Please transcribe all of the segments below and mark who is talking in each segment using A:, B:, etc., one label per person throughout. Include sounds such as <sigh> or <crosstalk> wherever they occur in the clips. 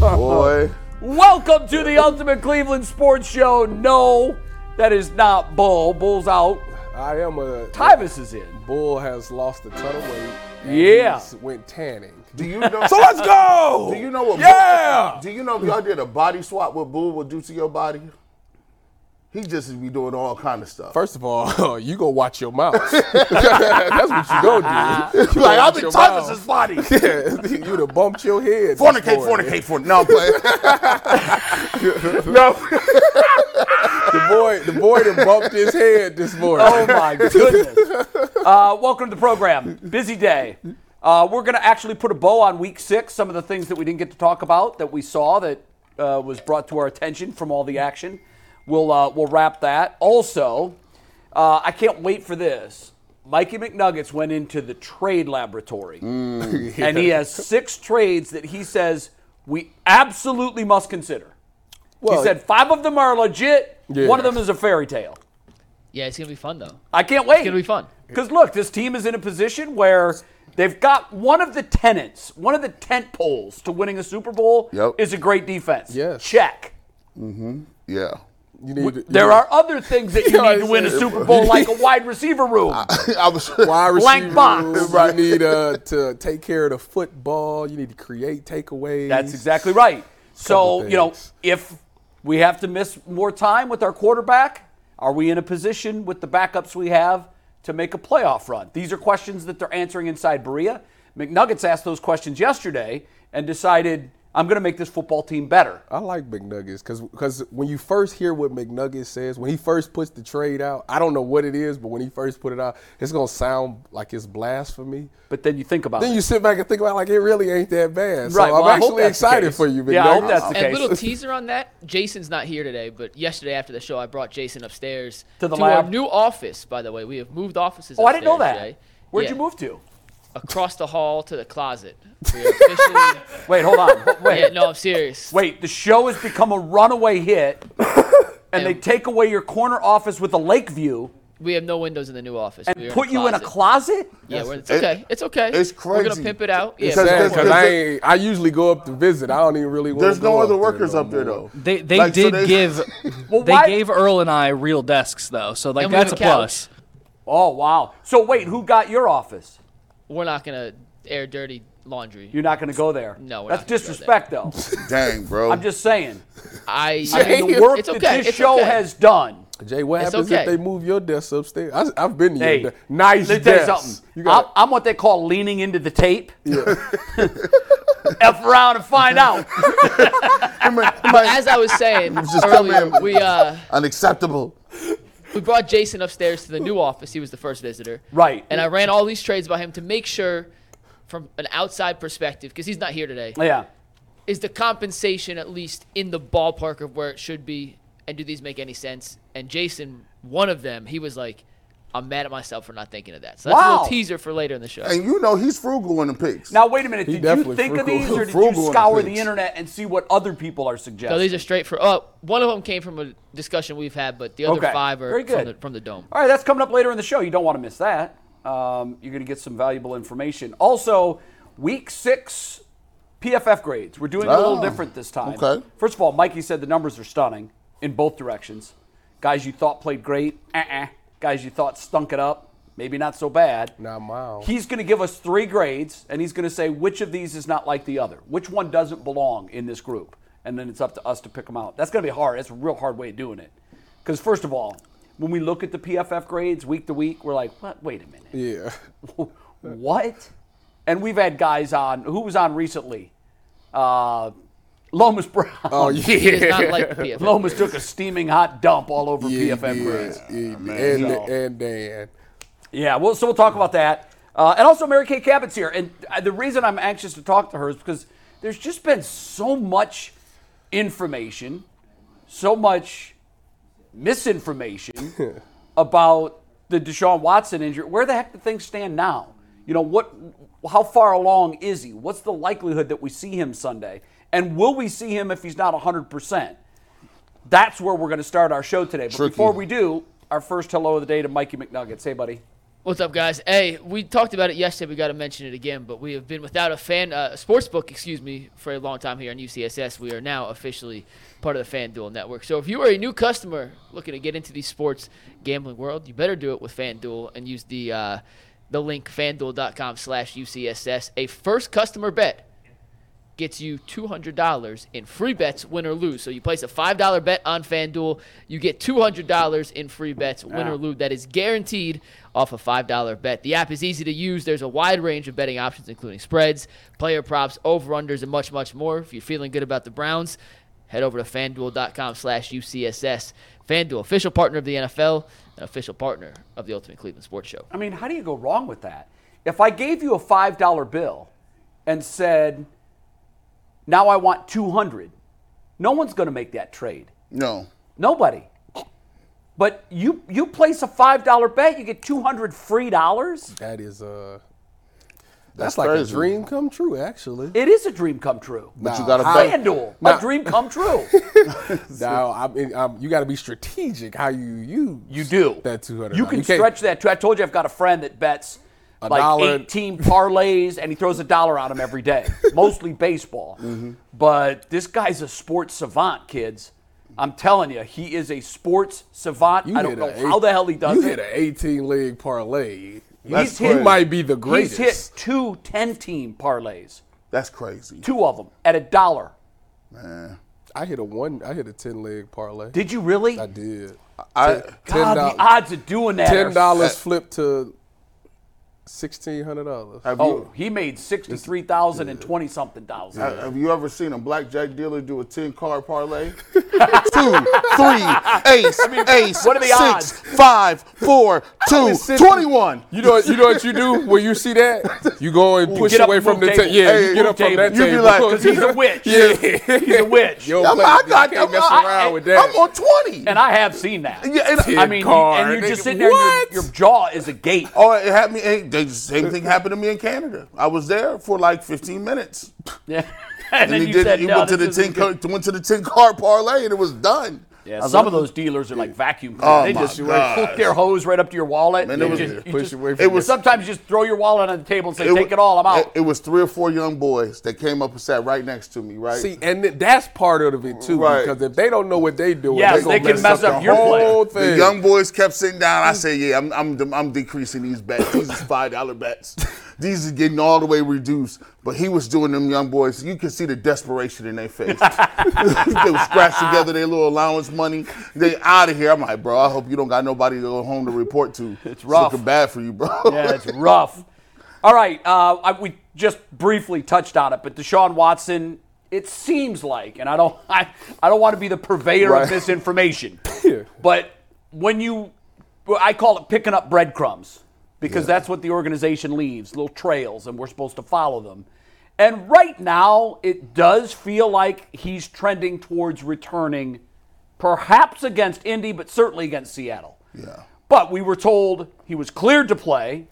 A: Boy.
B: Welcome to the Ultimate Cleveland Sports Show. No, that is not Bull. Bull's out.
A: I am a
B: Tyvus is in.
A: bull has lost a ton of weight. and
B: Yeah.
A: he's Went tanning.
C: Do you know?
A: So let's go.
B: Oh,
C: do you know what?
A: Yeah.
C: Do you know if y'all did a body swap, what Boo will do to your body? He just be doing all kind of stuff.
A: First of all, <laughs> you go watch your mouth. That's what you gonna
C: <laughs>
A: do. You
C: like
A: gonna
C: I've
A: watch
C: been
A: your
C: touching his
A: mouth.
C: body.
A: <laughs> Yeah, you done bumped your head. this
C: Fornicate,
A: morning.
C: fornicate, fornicate. No, but
A: No. the boy, the boy that bumped his head
C: <laughs>
A: this morning.
B: Oh my goodness. Uh, welcome to the program. Busy day. Uh, we're going to actually put a bow on week six. Some of the things that we didn't get to talk about that we saw that uh, was brought to our attention from all the action. We'll, uh, we'll wrap that. Also, uh, I can't wait for this. Mikey McNuggets went into the trade laboratory, and he has six trades that he says we absolutely must consider.
A: Well,
B: he said five of them are legit, one of them is a fairy tale.
D: Yeah, it's gonna be fun though.
B: I can't wait. It's
D: gonna be fun.
B: Because look, this team is in a position where they've got one of the tenants, one of the tent poles to winning a Super Bowl
C: Yep.
B: is a great defense.
A: Yes.
B: Check.
C: yeah.
A: you need to-
B: There
A: you-
B: are other things that you
A: <laughs> Yeah,
B: need to
A: I
B: win a
A: said-
B: Super Bowl, like a wide
A: <laughs>
B: receiver room.
C: <laughs> I was.
A: wide
B: Blank
A: receivers.
B: box.
A: You need uh, to take care of the football. You need to create takeaways.
B: That's exactly right. So,
A: Couple
B: you know,
A: things.
B: if we have to miss more time with our quarterback, are we in a position with the backups we have to make a playoff run? These are questions that they're answering inside Berea. McNuggets asked those questions yesterday and decided, I'm going to make this football team better.
A: I like McNuggets because when you first hear what McNuggets says, when he first puts the trade out, I don't know what it is, but when he first put it out, it's gonna sound like it's blasphemy.
B: But then you think about
A: Then
B: it.
A: you sit back and think about it, like it really ain't that bad. So
B: Right, well,
A: I'm
B: I hope
A: actually
B: that's the
A: excited
B: case.
A: for you, McNuggets.
B: Yeah, I hope that's the
D: And
B: Okay, so-
D: little teaser on that, Jason's not here today, but yesterday after the show, I brought Jason upstairs
B: To the
D: our
B: lab?
D: new office. By the way, we have moved offices.
B: oh, I didn't know
D: upstairs,
B: that.
D: Jay.
B: Where'd
D: Yeah,
B: you move to?
D: Across the hall to
B: <laughs>
D: the closet. We are officially-
B: Wait, hold on. <laughs> Ho- Wait.
D: yeah, no, I'm serious.
B: Wait, the show has become a runaway hit,
A: <laughs>
B: and they
D: And-
B: take away your corner office with a lake view
D: We have no windows in the new office.
B: and
D: We are
B: put you in a closet?
D: Yeah, we're, it's okay. It's okay.
C: it's
D: We're gonna
C: crazy.
D: pimp it out. Yeah,
C: It's
D: we're
C: sad
D: gonna
A: Sad,
D: work
A: 'cause
C: There's-
A: I, ain't- I usually go up to visit. I don't even really want.
C: <laughs> There's no other workers up there though.
E: They they
C: Like, so
E: did
C: they-
E: give
C: <laughs>
E: they
B: why-
E: gave Earl and I real desks though, so like
D: And we have
E: that's a
D: a couch.
E: plus.
B: Oh wow! So wait, who got your office?
D: We're not gonna air dirty laundry.
B: You're not going to go there.
D: No, we're
B: that's
D: not gonna go
B: disrespect, though.
D: <laughs>
C: Dang, bro.
B: I'm just saying.
D: I,
B: I
D: <laughs>
B: mean, the
A: Damn.
B: work
D: it's
B: that
D: okay.
B: this
D: it's
B: show
D: okay.
B: has done.
A: Jay, what
D: It's
A: happens if
D: okay.
A: they move your desk upstairs? I, I've been to
B: Hey,
A: your de- nice
B: let me tell
A: desk.
B: you something.
A: You got-
B: I'm, I'm what they call leaning into the tape. <laughs> F around and
A: <laughs>
B: find out.
D: As I was
C: <laughs>
D: saying
C: just tell me
D: earlier,
C: I'm-
D: we uh.
C: Unacceptable.
D: we brought Jason upstairs to the new office. He was the first visitor.
B: Hmm. Right.
D: And I ran all these trades by him to make sure, from an outside perspective, because he's not here today,
B: yeah.
D: is the compensation at least in the ballpark of where it should be? And do these make any sense? And Jason, one of them, he was like, I'm mad at myself for not thinking of that. So that's a
B: Wow.
D: little teaser for later in the show.
C: And you know he's frugal in the pics.
B: Now wait a minute. Did you
A: definitely
B: think of
A: frugal- <laughs>
B: these, or did
C: frugal on
B: you
C: the
B: scour the
C: page.
B: internet and see what other people are suggesting?
D: So these are straight for. Oh, one of them came from a discussion we've had, but the other
B: Okay.
D: five are
B: Very
D: from
B: good.
D: the, from
B: <laughs>
D: the dome.
B: All right, that's coming up later in the show. You don't want to miss that. Um, you're going to get some valuable information. Also, week six PFF grades. We're doing it a little
C: Oh,
B: different this time.
C: okay.
B: First of all, Mikey said the numbers are stunning in both directions. Guys you thought played great, uh-uh. Guys you thought stunk it up, maybe not so bad.
A: Not mine.
B: He's going to give us three grades, and he's going to say which of these is not like the other, which one doesn't belong in this group, and then it's up to us to pick them out. That's going to be hard. That's a real hard way of doing it, because first of all, when we look at the PFF grades week to week, we're like, what? Wait a minute,
A: yeah.
B: what? And we've had guys on who was on recently, uh, Lomas Brown.
A: Oh yeah.
D: It's not like the
B: <laughs>
D: PFF.
B: Lomas took a steaming hot dump all over
A: Yeah,
B: PFF
A: yeah,
B: grades.
A: yeah,
C: man.
A: and,
B: So-
A: and Dan.
B: Yeah, well, so we'll talk about that. Uh, and also, Mary Kay Cabot's here. And uh, the reason I'm anxious to talk to her is because there's just been so much information, so much misinformation about the Deshaun Watson injury. Where the heck do things stand now? You know what? How far along is he? What's the likelihood that we see him Sunday? And will we see him if he's not 100 percent? That's where we're going to start our show today. But
C: Tricky.
B: before we do, our first hello of the day to Mikey McNuggets. Hey, buddy.
D: What's up, guys? Hey, we talked about it yesterday. We got to mention it again, but we have been without a fan, uh, a sports book, excuse me, for a long time here on UCSS. We are now officially part of the FanDuel network. So if you are a new customer looking to get into the sports gambling world, you better do it with FanDuel and use the uh, the link fanduel.com slash UCSS. A first customer bet gets you $200 in free bets, win or lose. So you place a $5 bet on FanDuel, you get $200 in free bets, win or lose. That is guaranteed off a $5 bet. The app is easy to use. There's a wide range of betting options, including spreads, player props, over-unders, and much, much more. If you're feeling good about the Browns, head over to fanduel.com slash UCSS. FanDuel, official partner of the NFL, and official partner of the Ultimate Cleveland Sports Show.
B: I mean, how do you go wrong with that? If I gave you a five dollar bill and said, "Now I want two hundred, no one's going to make that trade.
C: No.
B: Nobody. But you you place a five dollar bet, you get two hundred free dollars.
A: That is uh that's, like a
C: crazy.
A: dream come true, actually.
B: It is a dream come true.
C: But you got to
A: Nah,
C: bet.
B: FanDuel,
A: Nah.
B: a dream come true.
A: Now, I mean, um, you got to be strategic how you use
B: You do.
A: that two hundred.
B: You can stretch that too. I told you I've got a friend that bets like
A: dollar.
B: 18 parlays and he throws a dollar on them
A: <laughs>
B: every day, mostly baseball.
A: Mm-hmm.
B: But this guy's a sports savant, kids. I'm telling you, he is a sports savant.
A: You
B: I don't
A: hit
B: know
A: a
B: how
A: eight-
B: the hell he does
A: You
B: it.
A: hit an eighteen leg parlay.
C: That's
A: He's
C: crazy.
A: he might be the greatest.
B: He's hit two 10 team parlays,
C: That's crazy.
B: two of them at a dollar.
C: Man.
A: I hit a one. I hit a ten leg parlay.
B: Did you really?
A: I did.
C: I,
B: God, the odds of doing that. are-
A: Ten dollars flipped to sixteen hundred dollars.
C: have,
B: Oh,
C: you,
B: he made 63,000 and 20 something thousand.
C: ha- have you ever seen a blackjack dealer do a 10
B: <laughs>
C: card parlay? Two, three, ace, ace,
B: what are the
C: six,
B: odds?
C: five, four, two,
A: was sitting-
C: 21.
A: You know, what, you know what you do when you see that? You go and push
B: get up
A: away
B: and
A: from the
B: move
A: table.
B: table.
A: Yeah,
C: Hey,
A: you get
C: move
A: up from
B: table.
A: that
C: You be
A: table.
C: like,
B: Because he's
C: <laughs>
B: a witch.
A: <laughs> Yeah.
B: <laughs> He's a witch.
A: Yo,
C: I'm,
A: play,
C: I
A: I
C: got
A: can't
C: them.
A: mess
C: I-
A: around
C: I-
A: with that.
C: I'm on 20.
B: And I have seen that.
C: yeah, and
B: I mean,
A: car.
B: and you're just sitting there,
A: What?
B: and your, your jaw is agape.
C: Oh, it had me. Hey, they,
B: <laughs>
C: same thing happened to me in Canada. I was there for like 15 minutes,
B: Yeah. <laughs> and then
C: he
B: you said,
C: He
B: no,
C: went to the
B: this isn't
C: 10
B: good.
C: car, went to the 10 car parlay, and it was done. I
B: Yeah,
C: was
B: some
C: like,
B: of those dealers are like vacuum cleaners.
C: Oh
B: they
C: my
B: just
C: gosh.
B: hook their hose right up to your wallet.
C: Man,
B: and
C: it was-
B: just, you
A: Push
B: just-
A: away from
B: it
A: it
B: was
A: was-
B: sometimes you just throw your wallet on the table and say,
C: wa-
B: "Take it all, I'm out."
C: It, it was three or four young boys that came up and sat right next to me, right?
A: See, and th- that's part of it too,
C: Right.
A: because if they don't know what they doing,
B: Yes,
A: they, gonna
B: they can mess up
A: the
B: your play.
A: whole
C: the
A: thing.
C: young boys kept sitting down. I said, "Yeah, I'm, I'm, de- I'm decreasing these bets. These is five dollar bets. These is getting all the way reduced." But he was doing them young boys. You could see the desperation in their face. <laughs> they would scratch together their little allowance money. They out of here. I'm like, bro. I hope you don't got nobody to go home to report to. It's
B: rough.
C: looking bad for you, bro. <laughs>
B: Yeah, it's rough. All right, uh, I, we just briefly touched on it, but Deshaun Watson. It seems like, and I don't, <laughs> I, I don't want to be the purveyor of
A: Right.
B: misinformation, but when you, well, I call it picking up breadcrumbs because that's what the organization leaves, little trails, and we're supposed to follow them. And right now, it does feel like he's trending towards returning, perhaps against Indy, but certainly against Seattle.
C: Yeah.
B: But we were told he was cleared to play,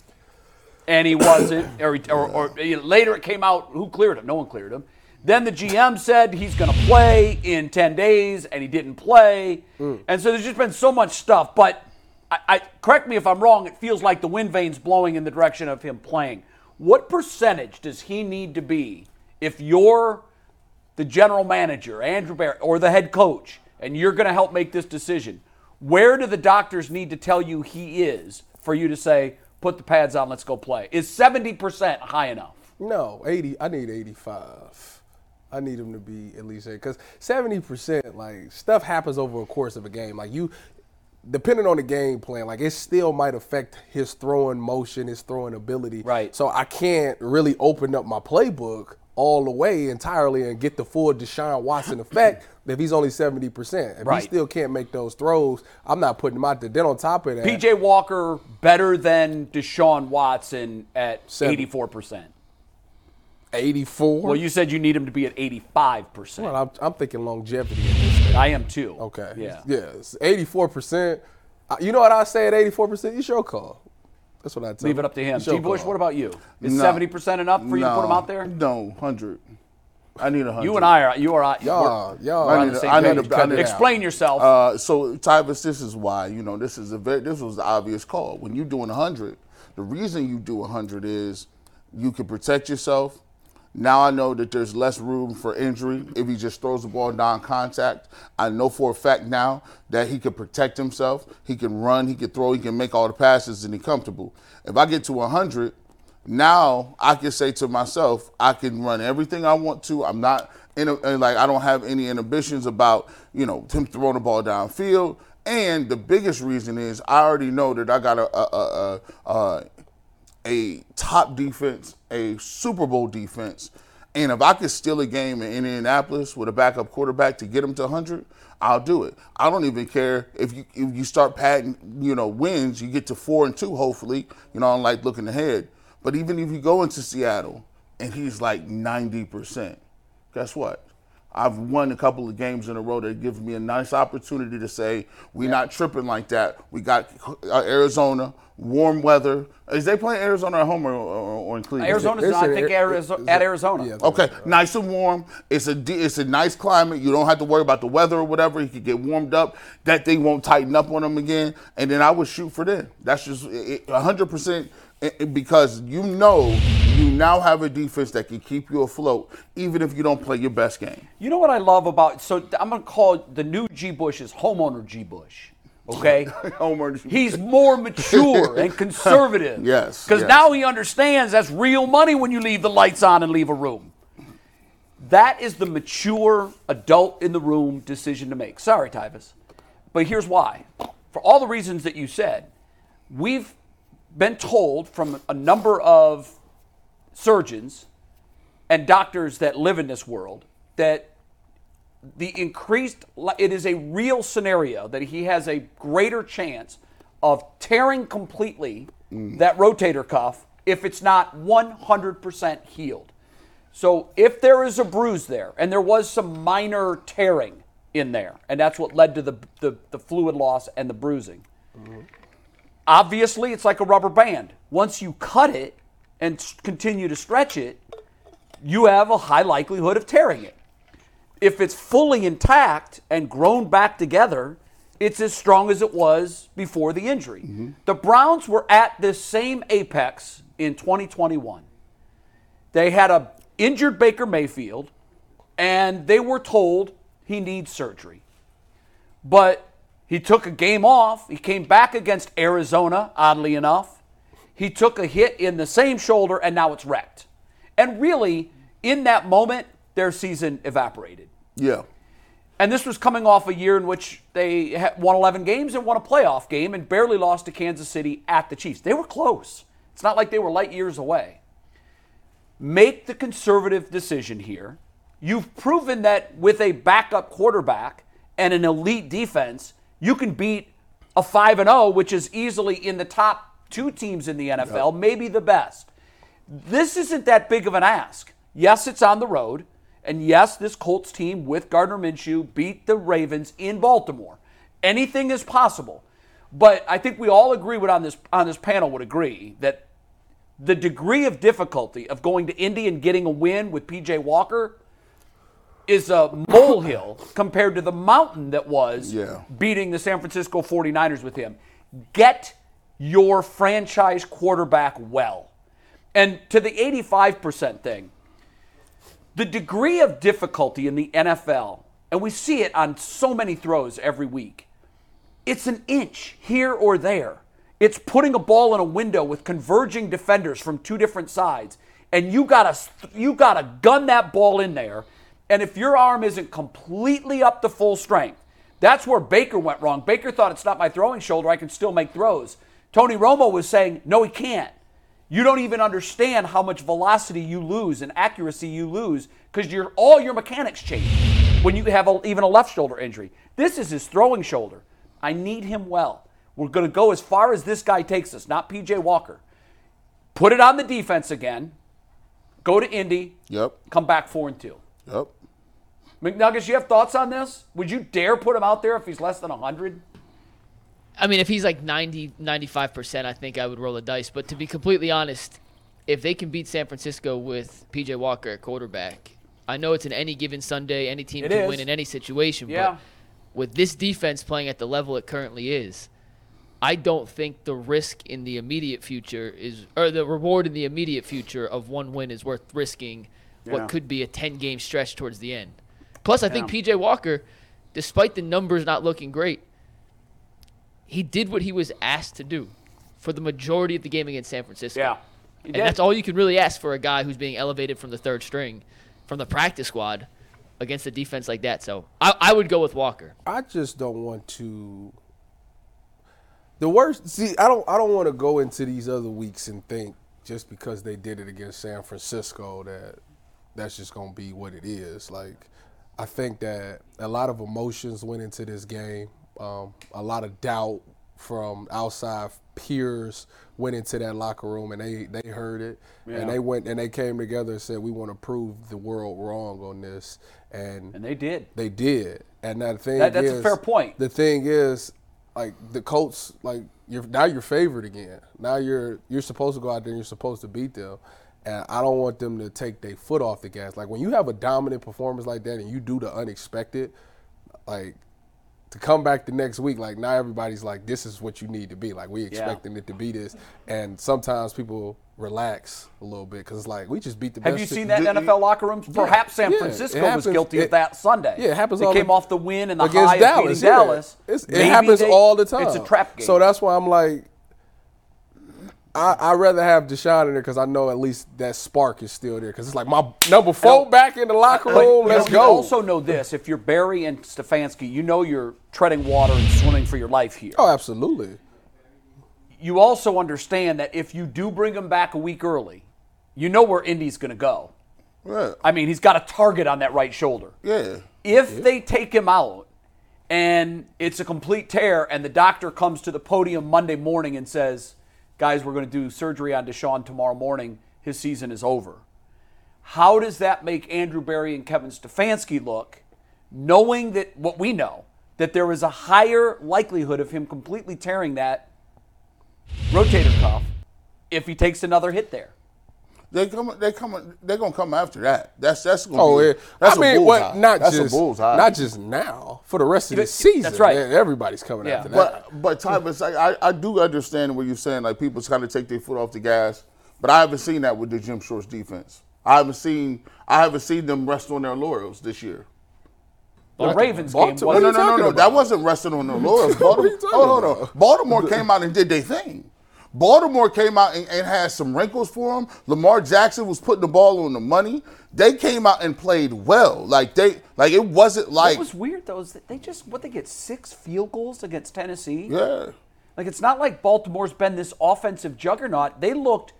B: and he wasn't. or, or, or you know, later it came out who cleared him. No one cleared him. Then the GM said he's going to play in 10 days, and he didn't play. And so there's just been so much stuff. But I, I correct me if I'm wrong. It feels like the wind vein's blowing in the direction of him playing. What percentage does he need to be if you're the general manager, Andrew Barrett, or the head coach, and you're going to help make this decision, where do the doctors need to tell you he is for you to say, put the pads on, let's go play? Is 70% high enough?
A: No, eighty. I need eighty-five. I need him to be at least eight because seventy percent. Like stuff happens over a course of a game. Like you, depending on the game plan, like it still might affect his throwing motion, his throwing ability.
B: Right.
A: So I can't really open up my playbook all the way entirely and get the full Deshaun Watson
B: <clears throat>
A: effect if he's only seventy percent. If
B: Right.
A: he still can't make those throws, I'm not putting him out there. Then on top of that,
B: PJ Walker better than Deshaun Watson at
A: Seven.
B: 84%.
A: 84.
B: Well, you said you need him to be at 85%.
A: Well, I'm, I'm thinking longevity. at this stage.
B: I am too.
A: Okay.
B: Yeah.
A: Yes. 84%. Uh, You know what I say at 84%? It's your call. That's what I tell
B: Leave it
A: you.
B: up to him.
A: It's your
B: G. Bush,
A: call.
B: what about you? Is
C: No.
B: 70% enough for you to put him out there?
C: No, hundred. I need a hundred.
B: You and I are, you are, on-
A: Y'all, Ah, y'all.
B: we're
C: I
B: on
C: need
B: the
C: a-
B: same
C: I need
B: page.
C: a- I need a-
B: Explain yourself.
C: Uh, so Tyvus, this is why you know this is a very this was the obvious call. When you're doing 100, the reason you do 100 is you can protect yourself. Now I know that there's less room for injury if he just throws the ball non-contact. I know for a fact now that he can protect himself. He can run. He can throw. He can make all the passes, and he's comfortable. If I get to 100, now I can say to myself, I can run everything I want to. I'm not in a, and, like I don't have any inhibitions about you know him throwing the ball downfield. And the biggest reason is I already know that I got a a a, a, a, a top defense, a Super Bowl defense. And if I could steal a game in Indianapolis with a backup quarterback to get him to 100, I'll do it. I don't even care if you if you start patting, you know, wins, you get to 4 and 2 hopefully, you know, I'm like looking ahead. But even if you go into Seattle and he's like 90%, guess what? I've won a couple of games in a row that give me a nice opportunity to say we're not tripping like that. We got uh, Arizona, warm weather. Is they playing Arizona at home or, or, or in Cleveland?
B: Arizona's
A: They
B: not, I
A: said
B: think,
A: it-
B: Arizo-
A: it's
B: at
A: a-
B: Arizona.
A: Yeah,
C: Okay, nice and warm. It's a de- it's a nice climate. You don't have to worry about the weather or whatever. You could get warmed up. That thing won't tighten up on them again. And then I would shoot for them. That's just it- it- a hundred percent i- i- because you know you now have a defense that can keep you afloat even if you don't play your best game.
B: You know what I love about so I'm gonna call the new G Bush is homeowner G Bush. Okay,
C: Homeowner G.
B: He's more mature and conservative.
C: Yes,
B: because
C: yes.
B: now he understands that's real money when you leave the lights on and leave a room. That is the mature adult in the room decision to make. Sorry, Tyvis, but here's why: for all the reasons that you said, we've been told from a number of surgeons and doctors that live in this world that the increased li- it is a real scenario that he has a greater chance of tearing completely that rotator cuff if it's not 100% healed. So if there is a bruise there and there was some minor tearing in there and that's what led to the the, the fluid loss and the bruising obviously it's like a rubber band. Once you cut it and s- continue to stretch it, you have a high likelihood of tearing it. If it's fully intact and grown back together, it's as strong as it was before the injury. The Browns were at this same apex in 2021. They had a injured Baker Mayfield and they were told he needs surgery but he took a game off. He came back against Arizona, oddly enough. He took a hit in the same shoulder, and now it's wrecked. And really, in that moment, their season evaporated.
C: Yeah.
B: And this was coming off a year in which they had won 11 games and won a playoff game and barely lost to Kansas City at the Chiefs. They were close. It's not like they were light years away. Make the conservative decision here. You've proven that with a backup quarterback and an elite defense, you can beat a 5 and 0, which is easily in the top 2 teams in the NFL, maybe the best this isn't that big of an ask. Yes, it's on the road, and yes, this Colts team with Gardner Minshew beat the Ravens in Baltimore. Anything is possible. But I think we all agree would on this on this panel would agree that the degree of difficulty of going to Indy and getting a win with PJ Walker is a molehill compared to the mountain that was
C: Yeah.
B: beating the San Francisco 49ers with him. Get your franchise quarterback well. And to the 85% thing, the degree of difficulty in the NFL, and we see it on so many throws every week, it's an inch here or there. It's putting a ball in a window with converging defenders from two different sides, and you gotta you gotta gun that ball in there. And if your arm isn't completely up to full strength, that's where Baker went wrong. Baker thought it's not my throwing shoulder; I can still make throws. Tony Romo was saying, "No, he can't. You don't even understand how much velocity you lose and accuracy you lose because your all your mechanics change when you have a, even a left shoulder injury. This is his throwing shoulder. I need him well. We're going to go as far as this guy takes us, not PJ Walker. Put it on the defense again. Go to Indy.
C: Yep.
B: Come back four and two.
C: Yep.
B: McNuggets, you have thoughts on this? Would you dare put him out there if he's less than 100?
D: I mean, if he's like 90, 95%, I think I would roll the dice. But to be completely honest, if they can beat San Francisco with PJ Walker at quarterback, I know it's in any given Sunday, any team
B: It
D: can
B: is.
D: win in any situation.
B: Yeah.
D: But with this defense playing at the level it currently is, I don't think the risk in the immediate future is, or the reward in the immediate future of one win is worth risking
B: Yeah.
D: what could be a 10 game stretch towards the end. Plus, I think PJ Walker, despite the numbers not looking great, he did what he was asked to do for the majority of the game against San Francisco.
B: He
D: And
B: did.
D: that's all you can really ask for a guy who's being elevated from the third string, from the practice squad, against a defense like that. So I, I would go with Walker.
A: I just don't want to. The worst. See, I don't. I don't want to go into these other weeks and think just because they did it against San Francisco that that's just gonna be what it is. Like, I think that a lot of emotions went into this game. Um, a lot of doubt from outside peers went into that locker room, and they they heard it, and they went and they came together and said, "We want to prove the world wrong on this." And
B: and they did.
A: They did, and that thing
B: That- that's a
A: is-
B: fair point.
A: The thing is, like the Colts, like you're now you're favored again. Now you're you're supposed to go out there and you're supposed to beat them, and I don't want them to take their foot off the gas. Like when you have a dominant performance like that and you do the unexpected, like to come back the next week, like now everybody's like, this is what you need to be. Like we expecting it to be this, and sometimes people relax a little bit because it's like we just beat the.
B: Have
A: best
B: you
A: team-
B: seen that in
C: Did-
B: NFL locker rooms? Perhaps San
A: yeah, it
B: Francisco
A: happens-
B: was guilty of
A: it-
B: that Sunday.
A: yeah, it happens
B: They
A: all
B: came
A: the-
B: off the win and the
A: against
B: high of beating
A: yeah.
B: Dallas.
A: It's- it
B: Maybe
A: happens
B: they-
A: all the time.
B: It's a trap game.
A: So that's why I'm like, I I rather have Deshaun in there because I know at least that spark is still there. Because it's like my number four
B: No.
A: back in the locker
B: But
A: room.
B: you
A: Let's
B: know, you
A: go.
B: also know this: if you're Barry and Stefanski, you know you're treading water and swimming for your life here.
A: oh, absolutely.
B: You also understand that if you do bring him back a week early, you know where Indy's going to go.
C: Yeah.
B: I mean, he's got a target on that right shoulder.
C: Yeah.
B: If they take him out and it's a complete tear, and the doctor comes to the podium Monday morning and says, Guys, we're going to do surgery on Deshaun tomorrow morning. His season is over. How does that make Andrew Barry and Kevin Stefanski look, knowing that what we know, that there is a higher likelihood of him completely tearing that rotator cuff if he takes another hit there?
C: They come. They come. They're gonna come after that. That's that's gonna.
A: Oh,
C: be,
A: yeah.
C: That's
A: I mean,
C: a bullseye.
A: what? Not
C: that's
A: just
C: a bullseye.
A: not just now for the rest of the
B: That's
A: season.
B: right.
A: man, everybody's coming
B: Yeah.
A: after that.
C: But but Ty, it's like I, I do understand what you're saying. Like people kind of take their foot off the gas, but I haven't seen that with the Jim Shorts defense. I haven't seen I haven't seen them rest on their laurels this year.
B: The Ravens game
A: Baltimore.
B: wasn't
C: No, no,
A: you
C: no, no,
A: talking
C: no.
A: about?
C: That wasn't
A: <laughs>
C: resting on their laurels.
A: are
C: Baltimore,
A: you talking
C: hold on,
A: about?
C: hold on. Baltimore came out and did their thing. Baltimore came out and, and had some wrinkles for them. Lamar Jackson was putting the ball on the money. They came out and played well. Like they, like it wasn't like
B: What was weird though is that they just what they get six field goals against Tennessee.
C: yeah,
B: Like it's not like Baltimore's been this offensive juggernaut. They looked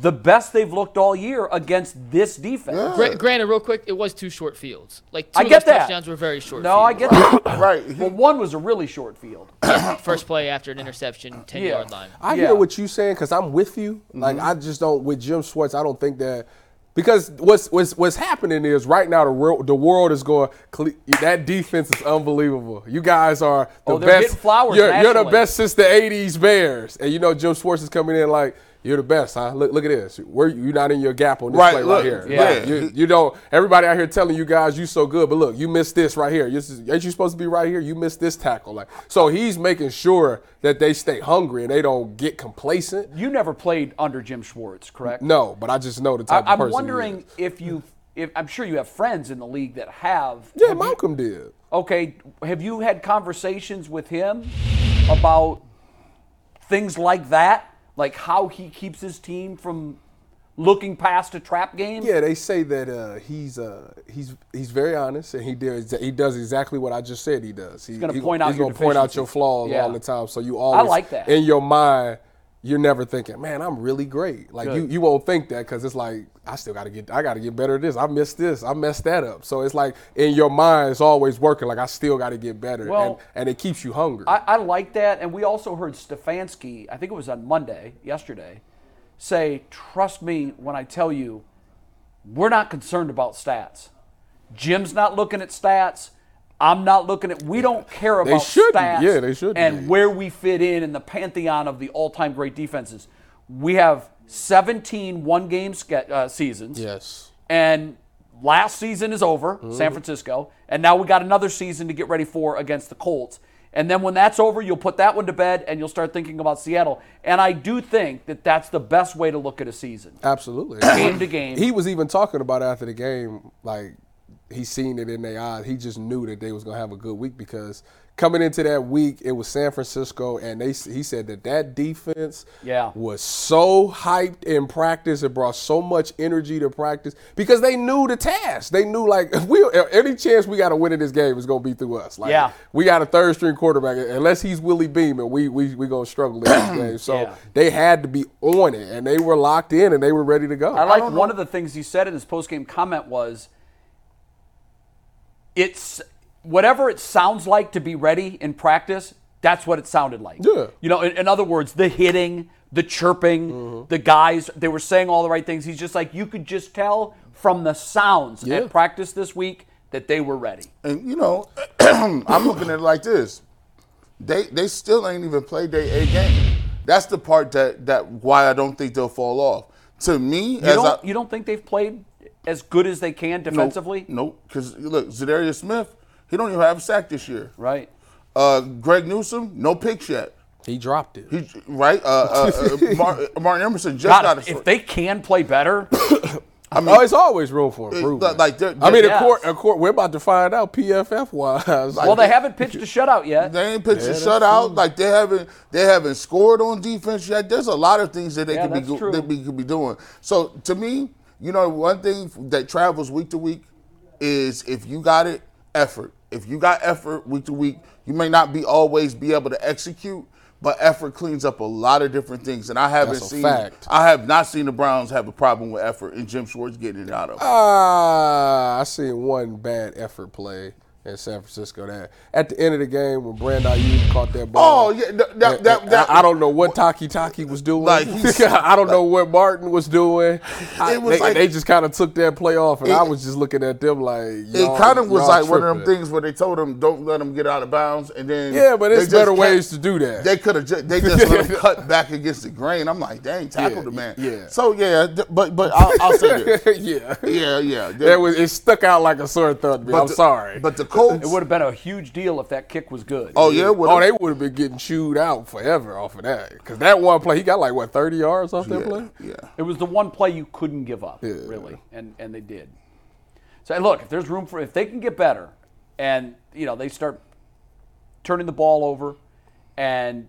B: the best they've looked all year against this defense.
D: Gra- granted, real quick, it was two short fields. Like two
B: I
D: of
B: get
D: those
B: that.
D: touchdowns were very short.
B: No, I
D: field.
B: get
C: <coughs>
B: that.
C: right.
B: Well, one was a really short field.
D: first play after an interception, ten
B: Yeah.
D: yard line.
A: I
B: Yeah. Mm-hmm.
A: hear what you're saying because I'm with you. Like I just don't with Jim Schwartz. I don't think that because what's what's what's happening is right now the world the world is going. "Cle- That defense is unbelievable. You guys are the
B: Oh, they're
A: best.
B: getting flowers
A: you're, you're the
B: nationally.
A: best since the '80s Bears, and you know Jim Schwartz is coming in like. You're the best, huh? Look, look at this. Where you not in your gap on this
C: Right,
A: play right
C: look,
A: here.
C: yeah.
A: Like, you, you don't. Everybody out here telling you guys you so good, but look, you missed this right here. This is, ain't you supposed to be right here? You missed this tackle. Like so, he's making sure that they stay hungry and they don't get complacent.
B: You never played under Jim Schwartz, correct?
A: No, but I just know the
B: I,
A: type of person.
B: I'm
A: he
B: wondering
A: is.
B: if you, if I'm sure you have friends in the league that have.
A: Yeah,
B: have you-
A: Malcolm did.
B: okay, have you had conversations with him about things like that? Like how he keeps his team from looking past a trap game?
A: Yeah, they say that uh, he's uh, he's he's very honest and he does he does exactly what I just said he does. He, he's
B: gonna point out
A: he's
B: your
A: gonna point out your
B: deficiencies.
A: flaws
B: Yeah.
A: all the time. So you always
B: like that.
A: in your mind. You're never thinking, man, I'm really great. Like you, you won't think that because it's like I still got to get, I got to get better at this. I missed this, I messed that up. So it's like in your mind, it's always working. Like I still got to get better,
B: Well,
A: and, and it keeps you hungry.
B: I, I like that. And we also heard Stefanski, I think it was on Monday, yesterday, say, Trust me when I tell you, we're not concerned about stats. Jim's not looking at stats. I'm not looking at. We don't care about
A: shouldn't.
B: stats.
A: Yeah, they shouldn't.
B: And where we fit in in the pantheon of the all-time great defenses. We have 17 one-game sca- uh, seasons.
A: Yes.
B: And last season is over, San Francisco, and now we got another season to get ready for against the Colts. And then when that's over, you'll put that one to bed and you'll start thinking about Seattle. And I do think that that's the best way to look at a season.
A: Absolutely.
B: Game to game.
A: he was even talking about it after the game, like he seen it in their eyes. He just knew that they was gonna have a good week because coming into that week, it was San Francisco, and they he said that that defense
B: Yeah.
A: was so hyped in practice. It brought so much energy to practice because they knew the task. They knew like <laughs> if we any chance we got to win in this game is gonna be through us. Like
B: Yeah.
A: we got a third string quarterback unless he's Willie Beam, and we we we gonna struggle in
B: <clears throat>
A: this game. So
B: Yeah.
A: they had to be on it, and they were locked in, and they were ready to go.
B: I like one of the things he said in his postgame comment was it's whatever it sounds like to be ready in practice, that's what it sounded like.
A: Yeah.
B: You know, in, in other words, the hitting, the chirping,
C: Mm-hmm.
B: the guys, they were saying all the right things. He's just like, you could just tell from the sounds
A: Yeah.
B: at practice this week that they were ready.
C: And you know, <clears throat> I'm looking at it like this. They they still ain't even played their A game. That's the part that that why I don't think they'll fall off. To me,
B: You
C: as
B: don't,
C: I,
B: you don't think they've played as good as they can defensively?
C: Nope. Because look, Zadarius Smith, he don't even have a sack this year.
B: Right.
C: Uh, Greg Newsom, no picks yet.
A: He dropped it.
C: He, right? Uh,
B: <laughs>
C: uh, uh, Mar- Martin Emerson just
B: God,
C: got a.
B: if they can play
C: <coughs>
B: better,
A: I mean, oh, it's always room for improvement.
C: like, they're-
A: I mean,
B: yeah.
A: of course, of course, we're about to find out PFF wise.
B: well, they haven't pitched a shutout yet.
C: They ain't pitched a shutout. Like they haven't they haven't scored on defense yet. There's a lot of things that they
B: Yeah,
C: could be
B: that's
C: go-
B: true.
C: that we could be doing. So to me, you know, one thing that travels week to week is if you got it, effort. If you got effort week to week, you may not be always be able to execute, but effort cleans up a lot of different things. And I haven't
A: That's a
C: seen
A: fact.
C: I have not seen the Browns have a problem with effort and Jim Schwartz getting it out of.
A: Ah, I seen one bad effort play in San Francisco. That at the end of the game when Brandon Ayuk caught that ball.
C: Oh, yeah, th- that-
A: and-
C: that-
A: and
C: that-
A: I, I don't know what Taki Taki was doing. <laughs>
C: Like, he's-
A: I don't know what Martin was doing. I-
C: It was
A: they,
C: like-
A: they just kind of took that play off, and I
C: It-
A: was just looking at them like
C: It
A: y'all-
C: kind of was
A: y'all
C: like one of them
A: tripping.
C: things where they told him don't let him get out of bounds, and then
A: Yeah, but
C: they
A: it's
C: just
A: better
C: kept-
A: ways to do that.
C: They could have just they just let him
A: <laughs>
C: cut back against the grain. I'm like, dang, tackle
A: Yeah,
C: the man.
A: yeah.
C: So yeah, th- but but I'll, I'll say this.
A: <laughs> yeah.
C: Yeah, yeah.
A: That was it stuck out like a sore thumb. to me.
C: but
A: I'm
C: the-
A: sorry.
C: But the Colts.
B: It would have been a huge deal if that kick was good.
C: oh yeah, it
A: oh,
C: would've-
A: they would have been getting chewed out forever off of that. Because that one play, he got like what 30 yards off that play.
C: yeah, yeah.
B: It was the one play you couldn't give up, really, and and they did. So and look, if there's room for, if they can get better, and you know they start turning the ball over, and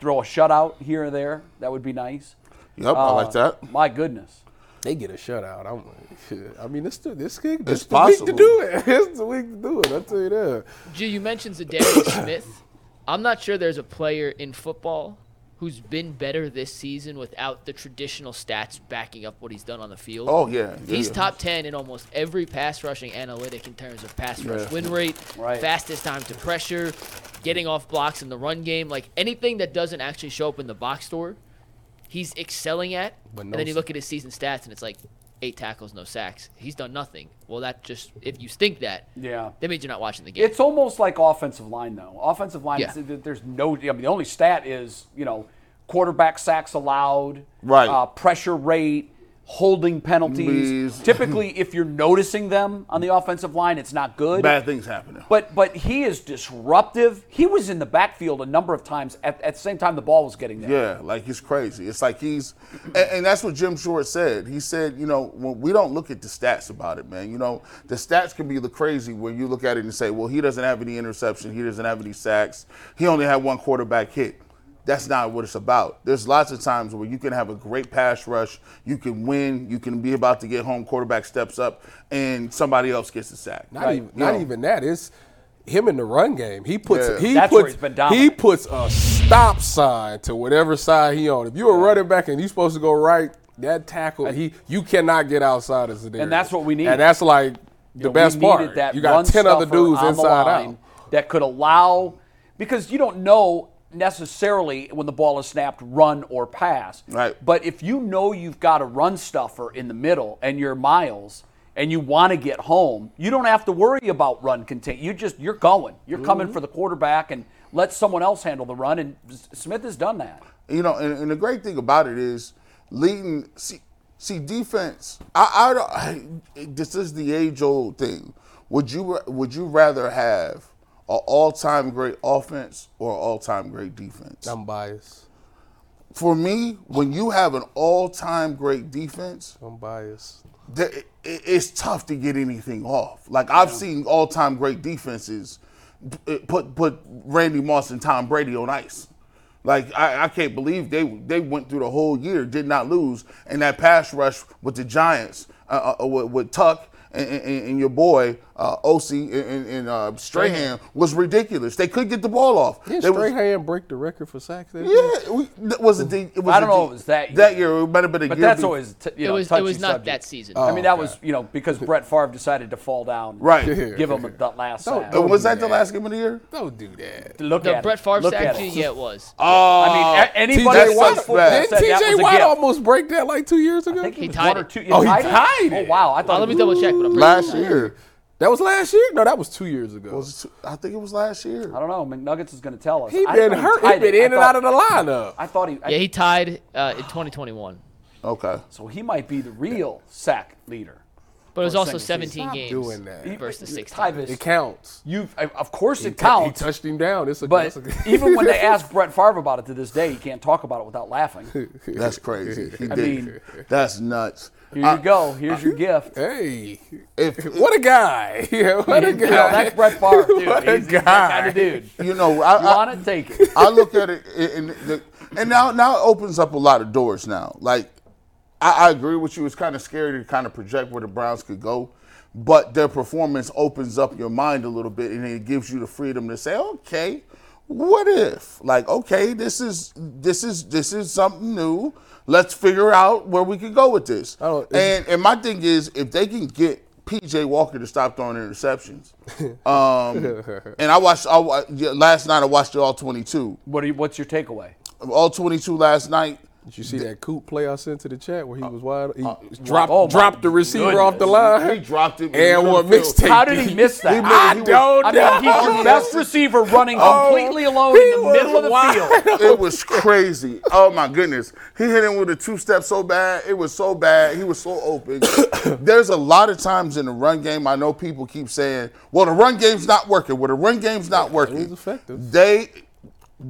B: throw a shutout here or there, that would be nice.
C: Yep, I like
B: Uh,
C: that.
B: My goodness,
A: They get a shutout. I'm like, shit. I mean, it's still this kid. This
C: It's
A: it's the week to
C: possible.
A: do it. <laughs> It's the week to do it. I tell you that.
D: Gee, you mentioned
B: <coughs>
D: Zadarius Smith. I'm not sure there's a player in football who's been better this season without the traditional stats backing up what he's done on the field.
C: Oh yeah, yeah,
D: He's
C: yeah.
D: top 10 in almost every pass rushing analytic in terms of pass rush win rate,
B: Right.
D: fastest time to pressure, getting off blocks in the run game, like anything that doesn't actually show up in the box score, he's excelling at.
A: But no
D: and then you
A: s-
D: look at his season stats and it's like eight tackles, no sacks. He's done nothing. Well, that just if you think that,
B: Yeah.
D: that means you're not watching the game.
B: it's almost like offensive line though. Offensive line,
D: Yeah.
B: is- there's no. I mean, the only stat is you know quarterback sacks allowed,
C: Right.
B: Uh, pressure rate. Holding penalties.
C: Please.
B: <laughs> Typically, if you're noticing them on the offensive line, it's not good.
C: Bad things happening.
B: But but he is disruptive. He was in the backfield a number of times at, at the same time the ball was getting there.
C: Yeah, like he's crazy. It's like he's, and, and that's what Jim Short said. He said, you know, when we don't look at the stats about it, man. You know, the stats can be the crazy where you look at it and say, well, he doesn't have any interception, he doesn't have any sacks, he only had one quarterback hit. That's not what it's about. There's lots of times where you can have a great pass rush, you can win, you can be about to get home, quarterback steps up, and somebody else gets a sack.
A: Not
B: Right.
A: even not
C: Yeah.
A: even that. It's him in the run game. He puts
C: Yeah.
A: he
B: That's where
A: puts
B: he's been
A: he
B: dominant.
A: puts a stop sign to whatever side he on. If you're a running back and you're supposed to go right, that tackle he you cannot get outside as a
B: And that's what we need.
A: And that's like
B: You
A: the
B: know, we
A: best part.
B: needed That
A: you got
B: one
A: ten other
B: stuffer
A: dudes
B: on the
A: inside
B: line
A: out.
B: that could allow because you don't know necessarily when the ball is snapped run or pass.
C: Right.
B: But if you know you've got a run stuffer in the middle and you're miles and you want to get home, you don't have to worry about run contain. You just you're going. You're
A: Mm-hmm.
B: coming for the quarterback and let someone else handle the run and S- Smith has done that.
C: You know, and, and the great thing about it is leading. See, see defense. I, I don't. this is the age old thing. Would you ra- Would you rather have an all time great offense or an all time great defense?
A: I'm biased.
C: For me, when you have an all time great defense,
A: I'm biased.
C: the, it, it's tough to get anything off. Like I've seen all-time great defenses p- put put Randy Moss and Tom Brady on ice. Like I, I can't believe they they went through the whole year did not lose, and that pass rush with the Giants uh, uh, with, with Tuck and, and, and your boy uh, Osi and, and, and uh, Strahan was ridiculous. They could get the ball off.
A: Did
C: They was-
A: Strahan break the record for sacks? that year?
C: yeah, we, that was it? the- It was
B: I don't
C: the-
B: know if it was that year.
C: That year it might have been a
B: But
C: year.
B: that's
C: be-
B: always t- you
D: It
B: know,
D: was, it
B: touchy
D: was not
B: subject.
D: that season.
A: Oh.
B: I mean that was you know because Brett Favre decided to fall down,
C: Right.
B: <laughs> Give him the last
A: Don't-
B: sack.
C: Uh, Was that the
A: Yeah.
C: last game of the year?
A: Don't do that.
B: Look
D: the
B: at
D: Brett
B: it.
D: Favre
B: Look
D: sack
B: at it. Uh,
D: you- yeah, Uh, it was.
C: Oh,
B: I mean, a- anybody
C: TJ
B: who
C: Watt-
B: watched football
C: Didn't
B: said that was
A: TJ
B: a
A: Watt
B: gift.
A: almost break that like two years ago?
B: I think he was
D: tied
B: one
D: it.
B: or two.
A: Oh, he
B: tied
A: tied
B: Oh
A: it.
B: wow! I thought
D: Uh, let me double check, but I'm pretty
C: last
D: sure.
C: year.
A: that was last year? No, that was two years ago.
C: Was it- I think it was last year.
B: I don't know. McNuggets is going to tell us.
A: he
B: I
A: been
B: thought
A: hurt. He
B: tied
A: been
B: it. I
A: in and out
B: thought-
A: of the lineup.
B: I thought he. I-
D: Yeah, he tied uh, in 2021,
C: Okay.
B: so he might be the real sack leader.
D: but it was
B: For a
D: also
B: second season.
D: 17
A: Stop
D: games.
A: doing that.
B: He-
D: Versus the six
B: Tyvus,
A: It counts.
B: You've I- of course
A: He
B: it
A: tou- he
B: counts.
A: touched him down. It's a <laughs>
B: But
A: that's a-
B: even when they ask Brett Favre about it to this day, he can't talk about it
A: <laughs>
B: without laughing. Here
C: That's crazy.
B: <laughs>
C: He did.
B: mean-
C: That's nuts.
B: you
C: I-
B: go.
A: <laughs>
B: Here's your gift.
A: hey,
C: If
A: what a guy! <laughs> Yeah, what a
B: You
A: guy!
B: know, that's
A: <laughs>
B: Brett Favre, dude.
A: What a
B: He's- he's that kind
A: guy.
B: of dude. <laughs> You
C: you know, I, I,
B: want it, take it.
C: I look at it and and the, and now now it opens up a lot of doors now. Like I, I agree with you. It's kind of scary to kind of project where the Browns could go, but their performance opens up your mind a little bit, and it gives you the freedom to say, okay, what if? Like, okay, this is this is this is something new. Let's figure out where we could go with this.
A: Oh, is-
C: And and my thing is, if they can get PJ Walker to stop
A: <laughs>
C: throwing interceptions, um, and I watched I, wa- yeah, last night. I watched the All Twenty Two
B: What? Are you, what's your takeaway?
C: all 22 last night.
A: Did you see that Coop play I sent to the chat where he was wide? He dropped,
B: oh my
A: dropped the receiver off the
C: He
A: line.
C: dropped it.
A: And
C: what
A: one mixtape.
B: How did he miss that?
C: He made-
A: I
C: he was-
A: don't
B: I
A: know.
B: mean, he's your best receiver running completely alone
A: he
B: in the
A: was
B: middle of the
A: wild. <laughs>
B: field.
C: It was crazy. Oh my goodness. He hit him with a two step so bad. It was so bad. He was so open.
A: <coughs>
C: There's a lot of times in the run game. I know people keep saying, well, the run game's not working. Well, the run game's not working.
A: was effective.
C: They,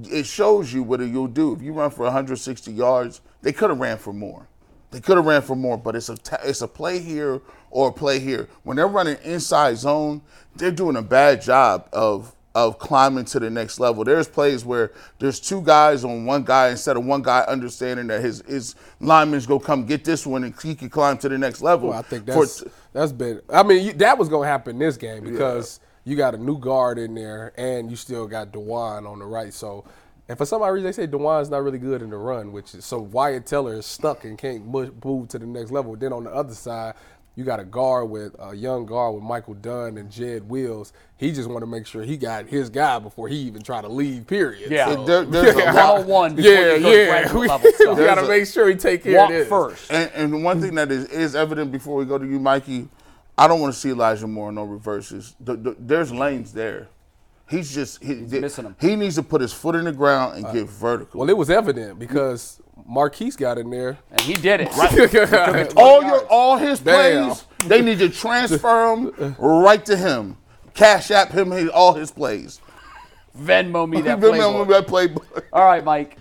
C: it shows you what you'll do. If you run for 160 yards, they could have ran for more. They could have ran for more, but it's a ta it's a play here or a play here. When they're running inside zone, they're doing a bad job of of climbing to the next level. There's plays where there's two guys on one guy instead of one guy understanding that his his lineman's go come get this one and he can climb to the next level.
A: Well, I think
C: for-
A: that's that's been. I mean, you, that was gonna happen this game because you got a new guard in there, and you still got Dewan on the right. So, and for some odd reason, they say Dewan's not really good in the run, which is so Wyatt Teller is stuck and can't mu- move to the next level. Then on the other side. You got a guard with a young guard with Michael Dunn and Jed Wills. He just want to make sure he got his guy before he even try to leave. Period.
B: Yeah.
A: So-
C: And there- there's a
B: One
C: lot-
B: on one.
A: <laughs>
B: before
A: yeah,
B: you go to
A: yeah.
B: graduate
A: <laughs> We,
B: level stuff.
A: got to
C: There's a-
A: make sure he take care
B: Walk
A: of this.
B: first.
C: And, and one thing that is, is evident before we go to you, Mikey, I don't want to see Elijah Moore in no reverses. The, the, there's lanes there. He's just he, the-
B: missing 'em.
C: He needs to put his foot in the ground and get vertical.
A: Well, it was evident because Marquise got in there.
B: And he did it.
A: <laughs>
C: <laughs> all your all his
A: Damn.
C: plays, they need to transfer
B: <laughs>
C: them right to him. Cash app him his, all his plays.
B: Venmo me
C: <laughs>
B: that
C: Remember
B: playbook.
C: that playbook.
B: All right, Mike.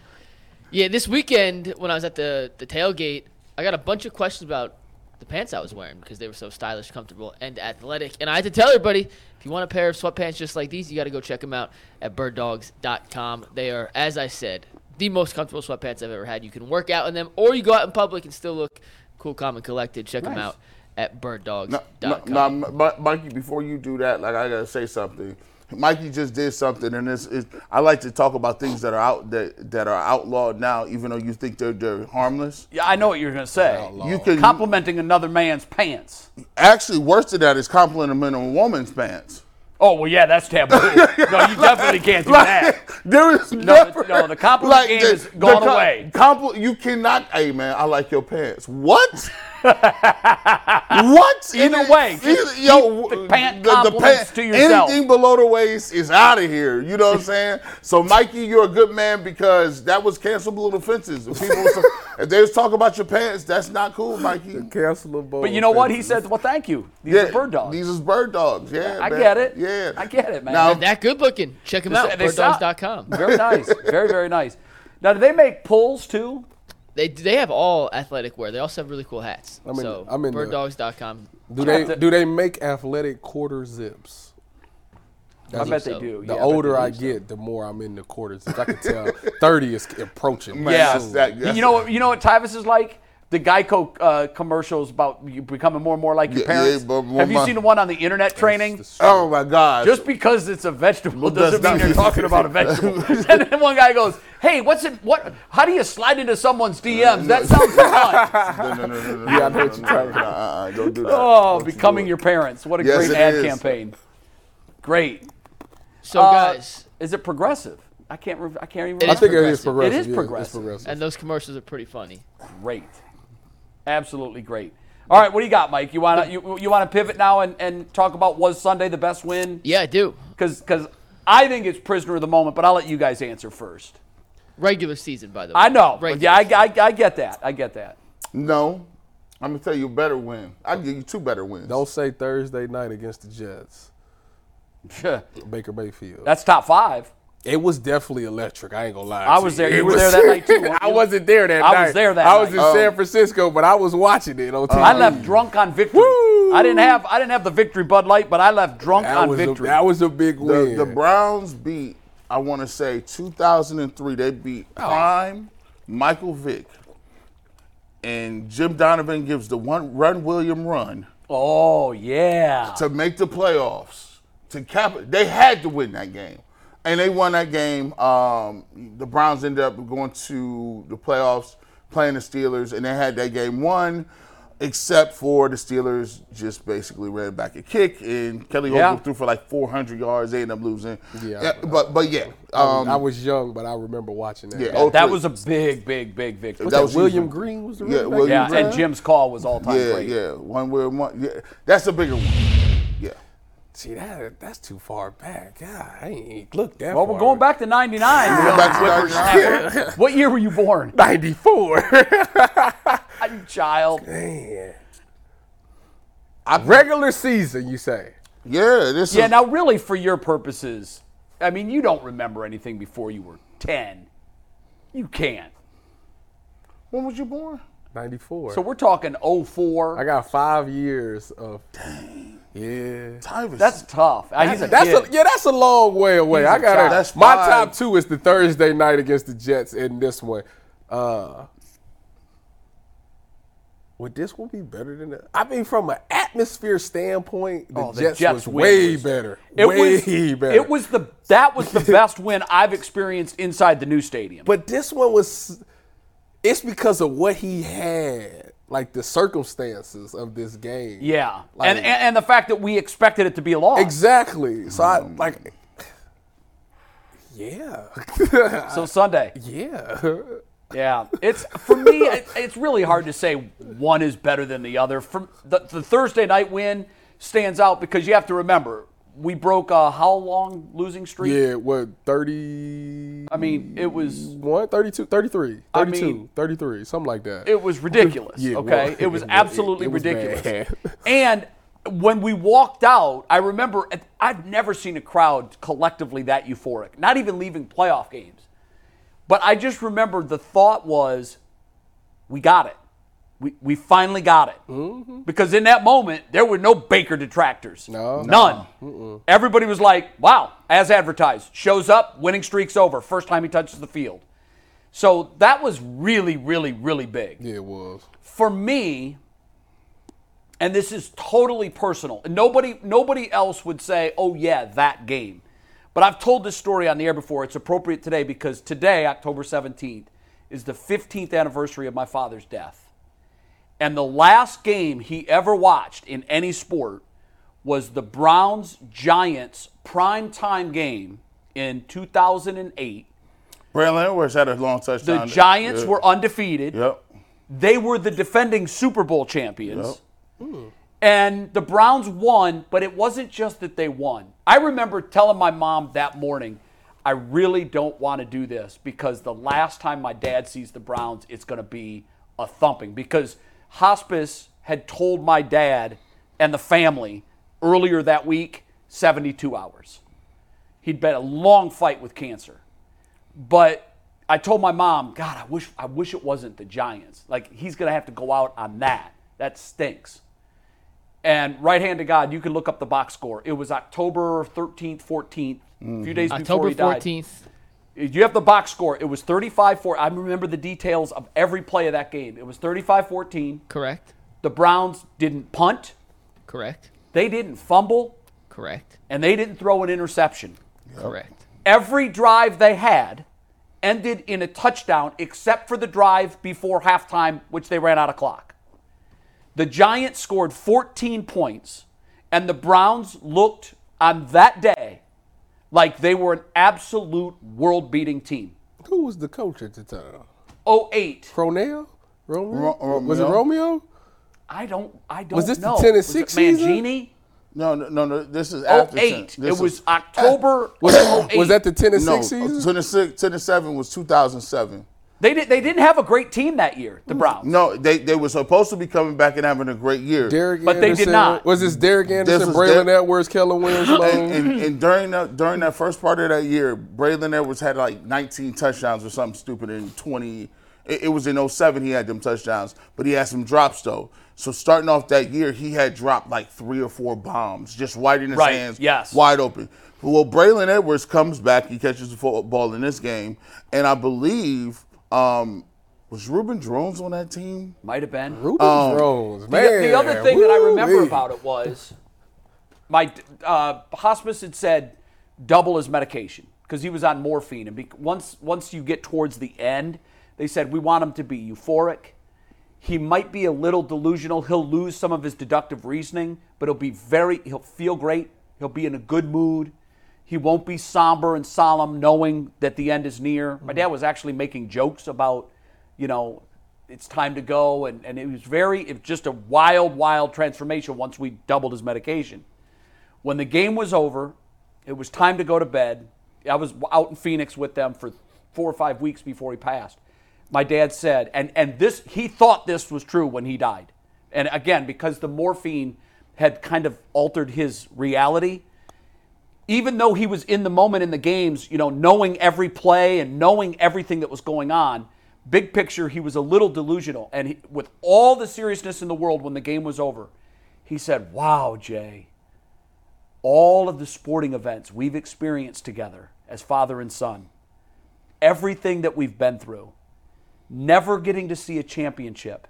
D: Yeah, this weekend when I was at the the tailgate, I got a bunch of questions about the pants I was wearing because they were so stylish, comfortable, and athletic. And I had to tell everybody, if you want a pair of sweatpants just like these, you got to go check them out at birddogs.com. They are, as I said, the most comfortable sweatpants I've ever had. You can work out in them, or you go out in public and still look cool, calm, and collected. Check them out at birddogs.com.
C: No, no, no, Mi- Mikey, before you do that, like I gotta say something. Mikey just did something, and it's, it's I like to talk about things that are out that that are outlawed now, even though you think they're they're harmless.
B: Yeah, I know what you're going to say.
C: You can
B: Complimenting another man's pants.
C: actually worse than that is complimenting a woman's pants.
B: <laughs> Oh well, yeah, that's taboo. no, you definitely can't do that.
C: <laughs> There is
B: No,
C: never
B: no, the compliment game has gone
C: com-
B: away.
C: compli- you cannot. Hey man, I like your pants. What?
B: <laughs>
C: what?
B: Either
C: It-
B: way,
C: it-
B: just keep
C: yo,
B: the pant compliments to yourself.
C: Anything below the waist is out of here. You know what I'm saying? So Mikey, you're a good man because that was cancelable offenses. If, people was, <laughs> if they was talking about your pants, that's not cool, Mikey.
A: Cancelable.
B: But you know what? He
A: offenses.
B: said, well, thank you. These are bird dogs.
C: These is bird dogs. Yeah,
B: I
C: man.
B: get it.
C: Yeah,
B: I get it, man.
C: Now,
D: That good looking. Check him out.
B: They- they stop. <laughs>
D: Birddogs.com.
B: Very nice. Very, very nice. Now, do they make pulls too?
D: They they have all athletic wear. They also have really cool hats.
A: I'm in-
D: so
A: I'm in the-
D: birddogs.com.
A: Do they do they make athletic quarter zips?
B: I bet they
D: so.
B: do.
A: The
B: Yeah, I bet
A: older
B: they
A: I
B: do.
A: get, the more I'm in the quarter zips. I can
B: <laughs>
A: tell thirty is approaching.
C: Man,
B: Yeah.
C: that's- that- that's-
B: you know what? You know what Tyvus is like. The Geico uh, commercials about you becoming more and more like your
C: Yeah,
B: parents.
C: yeah, but my-
B: Have you seen the one on the internet training?
C: Oh my God!
B: Just because it's a vegetable doesn't
C: that's
B: mean you're
C: not-
B: talking about a vegetable.
C: <laughs>
B: <laughs> and then one guy goes, "Hey, what's it? What? How do you slide into someone's DMs? That
C: <laughs>
B: sounds fun."
C: no, no, no, no, no,
A: Yeah, I know
C: no,
A: what you're
C: no,
A: talking
C: no, no, uh-uh, don't do that.
B: Oh,
C: Don't you
B: becoming
C: do it.
B: your parents. What a
C: Yes,
B: great
C: it
B: ad
C: is.
B: campaign. Great.
D: So
B: Uh,
D: guys,
B: is it progressive? I can't. Re- I can't even.
D: It
A: I
B: remember.
D: is
A: think it is
D: progressive.
A: progressive.
B: It is
A: yeah,
B: progressive.
A: It's
D: and
A: progressive.
D: those commercials are pretty funny.
B: great, absolutely great. All right, what do you got, Mike? You want to you, you want to pivot now and, and talk about was Sunday the best win?
D: Yeah, I do.
B: Because because I think it's prisoner of the moment, but I'll let you guys answer first.
D: Regular season, by the way.
B: I know. but
D: Regular
B: yeah, I,
D: season.
B: I, I get that. I get that. <laughs>
C: No, I'm gonna tell you a better win. I can give you two better wins.
A: Don't say Thursday night against the Jets.
B: That's
A: Baker Mayfield.
B: top five.
A: it was definitely electric. I ain't gonna lie.
B: I
A: to
B: was there.
A: It
B: You were
A: was-
B: there that night too.
A: <laughs>
B: weren't
A: I
B: you?
A: wasn't there that
B: I
A: night.
B: was there that
A: I was
B: night. Um,
A: in San Francisco, but I was watching it on TV.
B: I left drunk on victory.
A: Woo!
B: I didn't have I didn't have the victory Bud Light, but I left drunk
A: That
B: on
A: was, a,
B: victory.
A: that was a big
C: the,
A: win.
C: the Browns beat. I want to say 2003. They beat
B: Oh.
C: Prime, Michael Vick, and Jim Donovan gives the one run William run
B: oh yeah.
C: to make the playoffs. To cap, they had to win that game, and they won that game. Um, the Browns ended up going to the playoffs, playing the Steelers, and they had that game won. Except for the Steelers, just basically ran back a kick, and Kelly
B: Yeah.
C: Holcomb threw for like 400 yards. They ended up losing.
A: Yeah.
C: but but yeah, um,
A: I was young, but I remember watching that.
C: yeah,
A: game.
B: That
C: 03.
B: was a big, big, big victory.
C: That was
A: William
C: huge.
A: Green was the
C: Yeah,
A: running back?
C: William
B: yeah,
C: Green.
B: and Jim's call was all time
C: Yeah,
B: great.
C: yeah, one where one. Yeah, that's a bigger one. Yeah,
A: See that that's too far back. God, I ain't looked that.
B: Well, we're going back to '99.
C: Go back to that-
B: What year were you born?
A: ninety four. <laughs>
B: I'm child.
A: Regular season, you say?
C: <laughs> yeah, this
B: Yeah,
C: is
B: now really for your purposes, I mean, you don't remember anything before you were 10. You can't.
C: when was you born?
A: Ninety four.
B: So we're talking
A: I
B: 04.
A: got five years of. Yeah.
C: Tyvus.
B: That's tough. Ah, He's a
A: That's
B: kid.
A: a, yeah, that's a long way away. I got
C: child. That's
A: to my
C: five.
A: top two is the Thursday night against the Jets and this one. Uh, would this one be better than that? I mean, from an atmosphere standpoint, the,
B: Oh, the
A: Jets,
B: Jets
A: was
B: win
A: way
B: was-
A: better.
B: It
A: way
B: was,
A: better.
B: It was the that was
A: <laughs>
B: the best win I've experienced inside the new stadium.
A: But this one was. It's because of what he had, like the circumstances of this game.
B: yeah,
A: Like-
B: and, and and the fact that we expected it to be a loss.
A: Exactly. So I like. Yeah. <laughs>
B: So Sunday,
A: yeah.
B: yeah, it's for me. It, it's really hard to say one is better than the other. From the, the Thursday night win stands out because you have to remember we broke a how long losing streak.
A: Yeah, what, 31,
B: I mean, it was
A: 32, 33, 32,
B: I mean-
A: 33, something like that.
B: it was ridiculous.
A: Yeah,
B: okay,
A: well, <laughs>
B: it was
A: it- it-
B: absolutely
A: it was
B: ridiculous.
A: bad.
B: and when we walked out, I remember I've never seen a crowd collectively that euphoric. Not even leaving playoff games, but I just remember the thought was, "We got it. We we finally got it." Because in that moment, there were no Baker detractors.
A: Mm-hmm. No.
B: none. Everybody was like, "Wow!" As advertised, shows up, winning streak's over. First time he touches the field. So that was really, really, really big
A: <laughs> yeah, it was.
B: for me and this is totally personal nobody nobody else would say oh yeah that game but i've told this story on the air before it's appropriate today because today october 17th is the 15th anniversary of my father's death and the last game he ever watched in any sport was the browns giants primetime game in 2008.
C: Braylon Edwards had a long touchdown.
B: The Giants
C: Yeah.
B: were undefeated.
C: Yep.
B: They were the defending Super Bowl champions. And the Browns won, but it wasn't just that they won. I remember telling my mom that morning, I really don't want to do this because the last time my dad sees the Browns, it's going to be a thumping. Because hospice had told my dad and the family earlier that week 72 hours. He'd been a long fight with cancer. But I told my mom, God, I wish I wish it wasn't the Giants. Like he's gonna have to go out on that. That stinks. And right hand to God, you can look up the box score. It was October 13th, 14th, a few days before
D: October
B: he died.
D: 14th.
B: You have the box score. It was 35-4. I remember the details of every play of that game. It was 35-14.
D: Correct.
B: The Browns didn't punt.
D: Correct.
B: They didn't fumble,
D: Correct.
B: and they didn't throw an interception.
D: Correct.
B: every drive they had ended in a touchdown except for the drive before halftime, which they ran out of clock. The Giants scored 14 points, and the Browns looked on that day like they were an absolute world beating team.
A: Who was the coach at the time?
B: 08.
A: Cronell? Romeo?
C: Ro-
A: was it
C: Romeo?
A: Romeo?
B: I don't I don't
A: Was this the
B: know.
A: 10 and
B: Was it
A: 6 season?
B: Mangini?
C: No, no, no, no. This is after
B: 08.
C: Ten- this
B: Oh, It was
C: is-
B: October
A: <coughs>
B: oh
A: Was, that- was that the 10 and
C: no,
A: 6 season?
C: 26, 10 and 7 was 2007.
B: They did they didn't have a great team that year, the Browns.
C: No, they, they were supposed to be coming back and having a great year.
A: Derek
B: But they did
A: Anderson?
B: not.
A: Was this Derek Anderson,
C: was
A: Braylon
C: Der-
A: Edwards, <laughs> Kellen Winslow?
B: Mm-hmm.
C: and, and, and during that during that first part of that year, Braylon Edwards had like 19 touchdowns or something stupid in 20. It, it was in 07 he had them touchdowns, but he had some drops though. So starting off that year, he had dropped like three or four bombs, just wide in his
B: Right,
C: hands,
B: yes.
C: wide open. Well, Braylon Edwards comes back, he catches the football in this game, and I believe um, was Ruben Drones on that team.
B: Might have been.
A: Ruben Rose, man.
B: The, the other thing that I remember
A: Woo-wee.
B: about it was my uh, hospice had said double his medication because he was on morphine, and bec once once you get towards the end, they said we want him to be euphoric. He might be a little delusional. He'll lose some of his deductive reasoning, but he'll be very. He'll feel great. He'll be in a good mood. He won't be somber and solemn, knowing that the end is near. My dad was actually making jokes about, you know, it's time to go, and, and it was very, it was just a wild, wild transformation once we doubled his medication. When the game was over, it was time to go to bed. I was out in Phoenix with them for four or five weeks before he passed. My dad said, and and this he thought this was true when he died, and again because the morphine had kind of altered his reality. Even though he was in the moment in the games, you know, knowing every play and knowing everything that was going on, big picture, he was a little delusional. And he, with all the seriousness in the world, when the game was over, he said, "Wow, Jay, all of the sporting events we've experienced together as father and son, everything that we've been through, never getting to see a championship,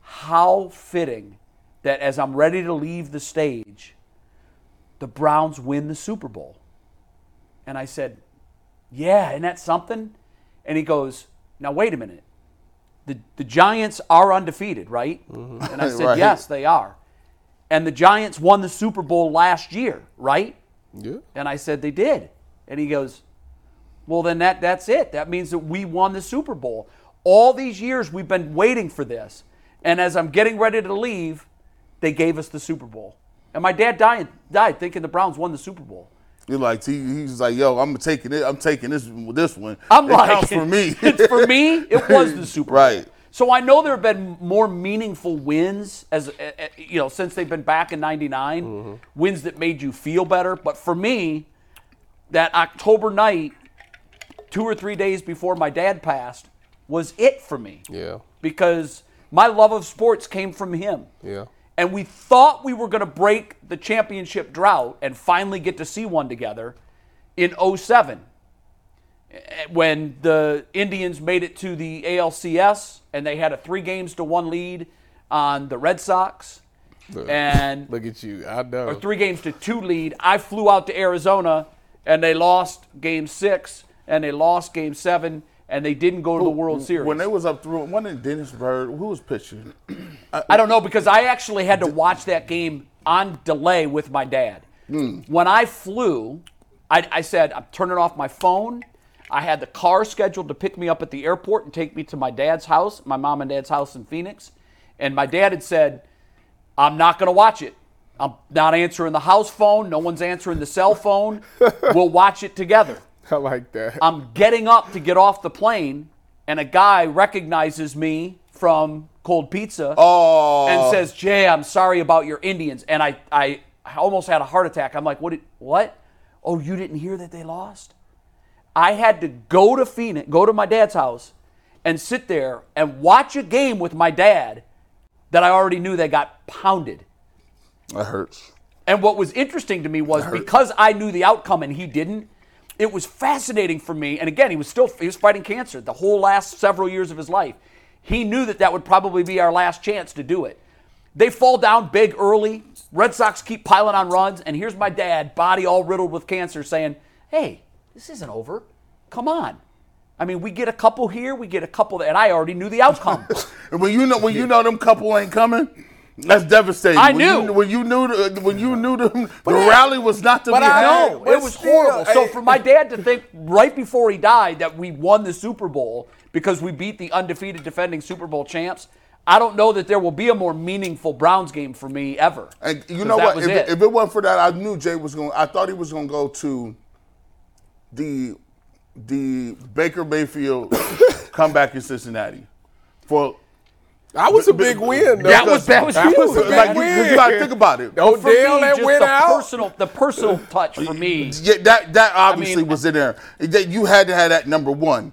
B: how fitting that as I'm ready to leave the stage, the Browns win the Super Bowl. And I said, Yeah, isn't that something? And he goes, Now, wait a minute. The, the Giants are undefeated, right? And I said,
C: Right.
B: Yes, they are. And the Giants won the Super Bowl last year, right?
A: Yeah.
B: And I said, They did. And he goes, Well, then that, that's it. That means that we won the Super Bowl. All these years we've been waiting for this. And as I'm getting ready to leave, they gave us the Super Bowl. And my dad died, died thinking the Browns won the Super Bowl.
C: He like he, he's like, yo, I'm taking it. I'm taking this this one.
B: I'm
C: it
B: like,
C: counts for me.
B: <laughs>
C: <laughs>
B: it's for me. It was the Super Bowl.
C: Right.
B: So I know there have been more meaningful wins as eh, eh, you know since they've been back in '99, wins that made you feel better. But for me, that October night, two or three days before my dad passed, was it for me.
A: Yeah.
B: Because my love of sports came from him.
A: Yeah.
B: And we thought we were going to break the championship drought and finally get to see one together in 07 eh, when the Indians made it to the ALCS and they had a three games to one lead on the Red Sox.
A: <laughs>
B: And
A: Look at you. I know.
B: or three games to two lead. I flew out to Arizona and they lost game six and they lost game seven and they didn't go to the World Series.
C: When they was up through one in Dennis Bird, who was pitching?
B: I don't know because I actually had to watch that game on delay with my dad. When I flew, I, I said, I'm turning off my phone. I had the car scheduled to pick me up at the airport and take me to my dad's house, my mom and dad's house in Phoenix. And my dad had said, I'm not going to watch it. I'm not answering the house phone. No one's answering the cell phone. we'll watch it together.
A: I like
B: <laughs>
A: that.
B: I'm getting up to get off the plane, and a guy recognizes me from Cold Pizza and says, "Jay, I'm sorry about your Indians." And I, I, I almost had a heart attack. I'm like, "What? Did, what? Oh, you didn't hear that they lost?" I had to go to Phoenix, go to my dad's house, and sit there and watch a game with my dad that I already knew they got pounded.
C: That hurts.
B: And what was interesting to me was because I knew the outcome and he didn't, it was fascinating for me. And again, he was still he was fighting cancer the whole last several years of his life. He knew that that would probably be our last chance to do it. They fall down big early. Red Sox keep piling on runs, and here's my dad, body all riddled with cancer, saying, "Hey, this isn't over. Come on." I mean, we get a couple here, we get a couple there, and I already knew the outcome.
C: And when you know when you know them couple ain't coming, that's devastating.
B: I
C: when
B: knew.
C: You, when you knew the, when you knew them, the rally was not to
A: but
C: be
A: I
C: had.
A: know.
B: No, it was
A: still,
B: horrible. So
A: I-
B: for my dad to think right before he died that we won the Super Bowl because we beat the undefeated defending Super Bowl champs, I don't know that there will be a more meaningful Browns game for me ever.
C: And you
B: 'Cause
C: know
B: that
C: what?
B: was it.
C: if, if it wasn't for that, I knew Jay was going. to I thought he was going to go to the the Baker Mayfield <coughs> comeback in Cincinnati for.
A: That was a big win. Though.
B: That was- that was
A: that was a
B: huge,
A: big
C: Like, you, 'cause
A: win.
C: you gotta think about it.
A: Odell
B: for me,
A: that
B: just
A: went
B: the
A: out.
B: personal, the personal touch for me.
C: Yeah, that that obviously
B: mean- Oh,
C: was in there. That you had to have that number one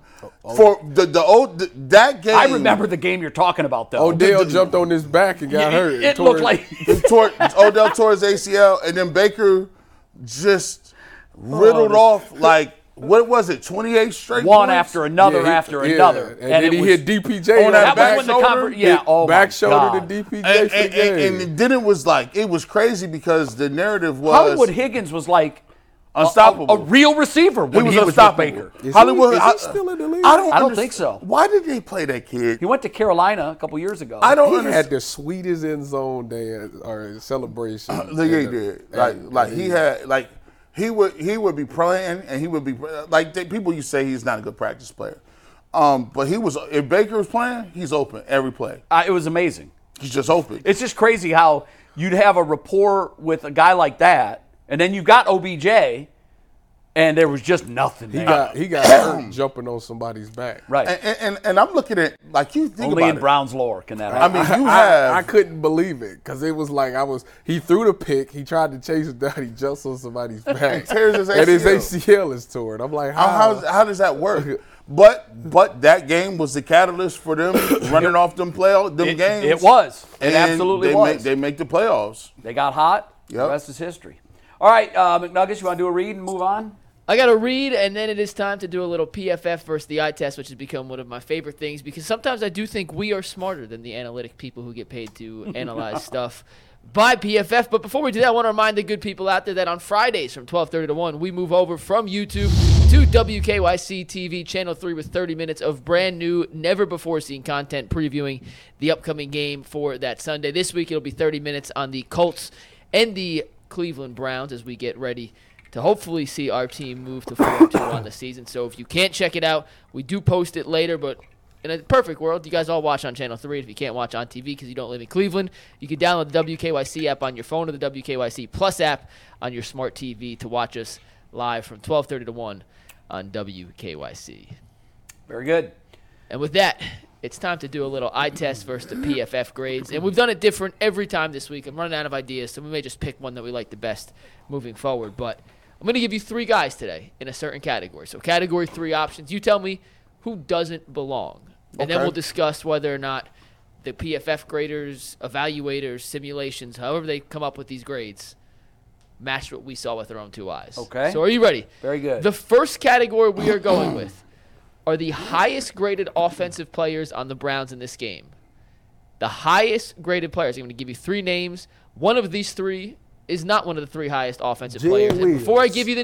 C: for the the old the, that game.
B: I remember the game you're talking about, though.
A: Odell jumped on his back and got
B: it,
A: hurt.
B: it
A: Tore
B: looked like
C: He tore, Odell tore his ACL, and then Baker just riddled off like what was it, twenty eight
B: <laughs>
C: straight
B: Oh, one
C: points?
B: after another
A: Yeah, he-
B: after
A: yeah,
B: another,
A: And, then
B: it
A: he
B: was- Oh,
A: hit DPJ
C: on
A: on that
C: that
B: That
A: back
B: was when
A: shoulder.
B: the
C: shoulder?
B: conver- yeah, oh my
A: back shoulder
B: God.
A: to DPJ
C: And,
A: for the
C: and- and-
A: game.
C: and then it was like it was crazy because the narrative was
B: Hollywood Higgins was like a- a-
C: Unstoppable.
B: a, real receiver
C: He
B: when
C: was
B: he was with
C: unstoppable.
B: Baker.
A: he-
C: Hollywood
A: is he
C: I-
A: still in the league?
C: I don't.
B: I don't
C: underst-
B: think so.
C: Why did they play that kid?
B: He went to Carolina a couple years ago.
C: I don't
A: he
C: understand.
A: had the sweetest end zone dance or celebration.
C: <clears throat> Like he
A: And, uh,
C: did. Like
A: and, uh,
C: like he had like he would he would be playing and he would be like they, people used to say he's not a good practice player. Um, but he was if Baker was playing, he's open every play.
B: Uh, it was amazing.
C: He's just open.
B: It's just crazy how you'd have a rapport with a guy like that, and then you got OBJ, and there was just nothing
A: he
B: there.
A: got he got
C: <clears throat>
A: hurt jumping on somebody's back.
B: right.
C: and, and, and and I'm looking at like you think
B: Only
C: about
B: in
C: it.
B: Brown's lore can that
C: I
B: happen. <laughs>
C: mean, you have
A: I, I couldn't believe it because it was like I was. He threw the pick. He tried to chase it down. <laughs> He jumps on somebody's back.
C: tears his
A: And his
C: ACL.
A: ACL is torn. I'm like,
C: how,
A: how?
C: how, how does that work? But but that game was the catalyst
B: <coughs>
C: for them running off them playoff them
B: it,
C: games.
B: it was. It
C: And
B: absolutely
C: they
B: was.
C: Make, they make the playoffs.
B: They got hot. The
C: Yep.
B: rest is history. All right, uh, McNuggets, you want to do a read and move on?
D: I got to read, and then it is time to do a little PFF versus the eye test, which has become one of my favorite things because sometimes I do think we are smarter than the analytic people who get paid to analyze stuff by PFF. But before we do that, I want to remind the good people out there that on Fridays from 12:30 to 1, we move over from YouTube to WKYC TV Channel 3 with 30 minutes of brand new, never before seen content previewing the upcoming game for that Sunday. This week it'll be 30 minutes on the Colts and the Cleveland Browns as we get ready to hopefully see our team move to 4 2 on the season. So if you can't check it out, we do post it later, but in a perfect world, you guys all watch on Channel 3. If you can't watch on TV because you don't live in Cleveland, you can download the WKYC app on your phone or the WKYC Plus app on your smart TV to watch us live from 12:30 to 1 on WKYC.
B: Very good.
D: And with that, it's time to do a little eye test versus the PFF grades. And we've done it different every time this week. I'm running out of ideas, so we may just pick one that we like the best moving forward. But I'm going to give you three guys today in a certain category. So, category three options. You tell me who doesn't belong. And then
C: Okay.
D: we'll discuss whether or not the PFF graders, evaluators, simulations, however they come up with these grades, match what we saw with our own two eyes.
B: Okay.
D: So, are you ready?
B: Very good.
D: The first category we are going <coughs> with are the highest graded offensive players on the Browns in this game. The highest graded players. I'm going to give you three names. One of these three is not one of the three highest offensive
A: Jay
D: players. And before I
A: Williams.
D: give you the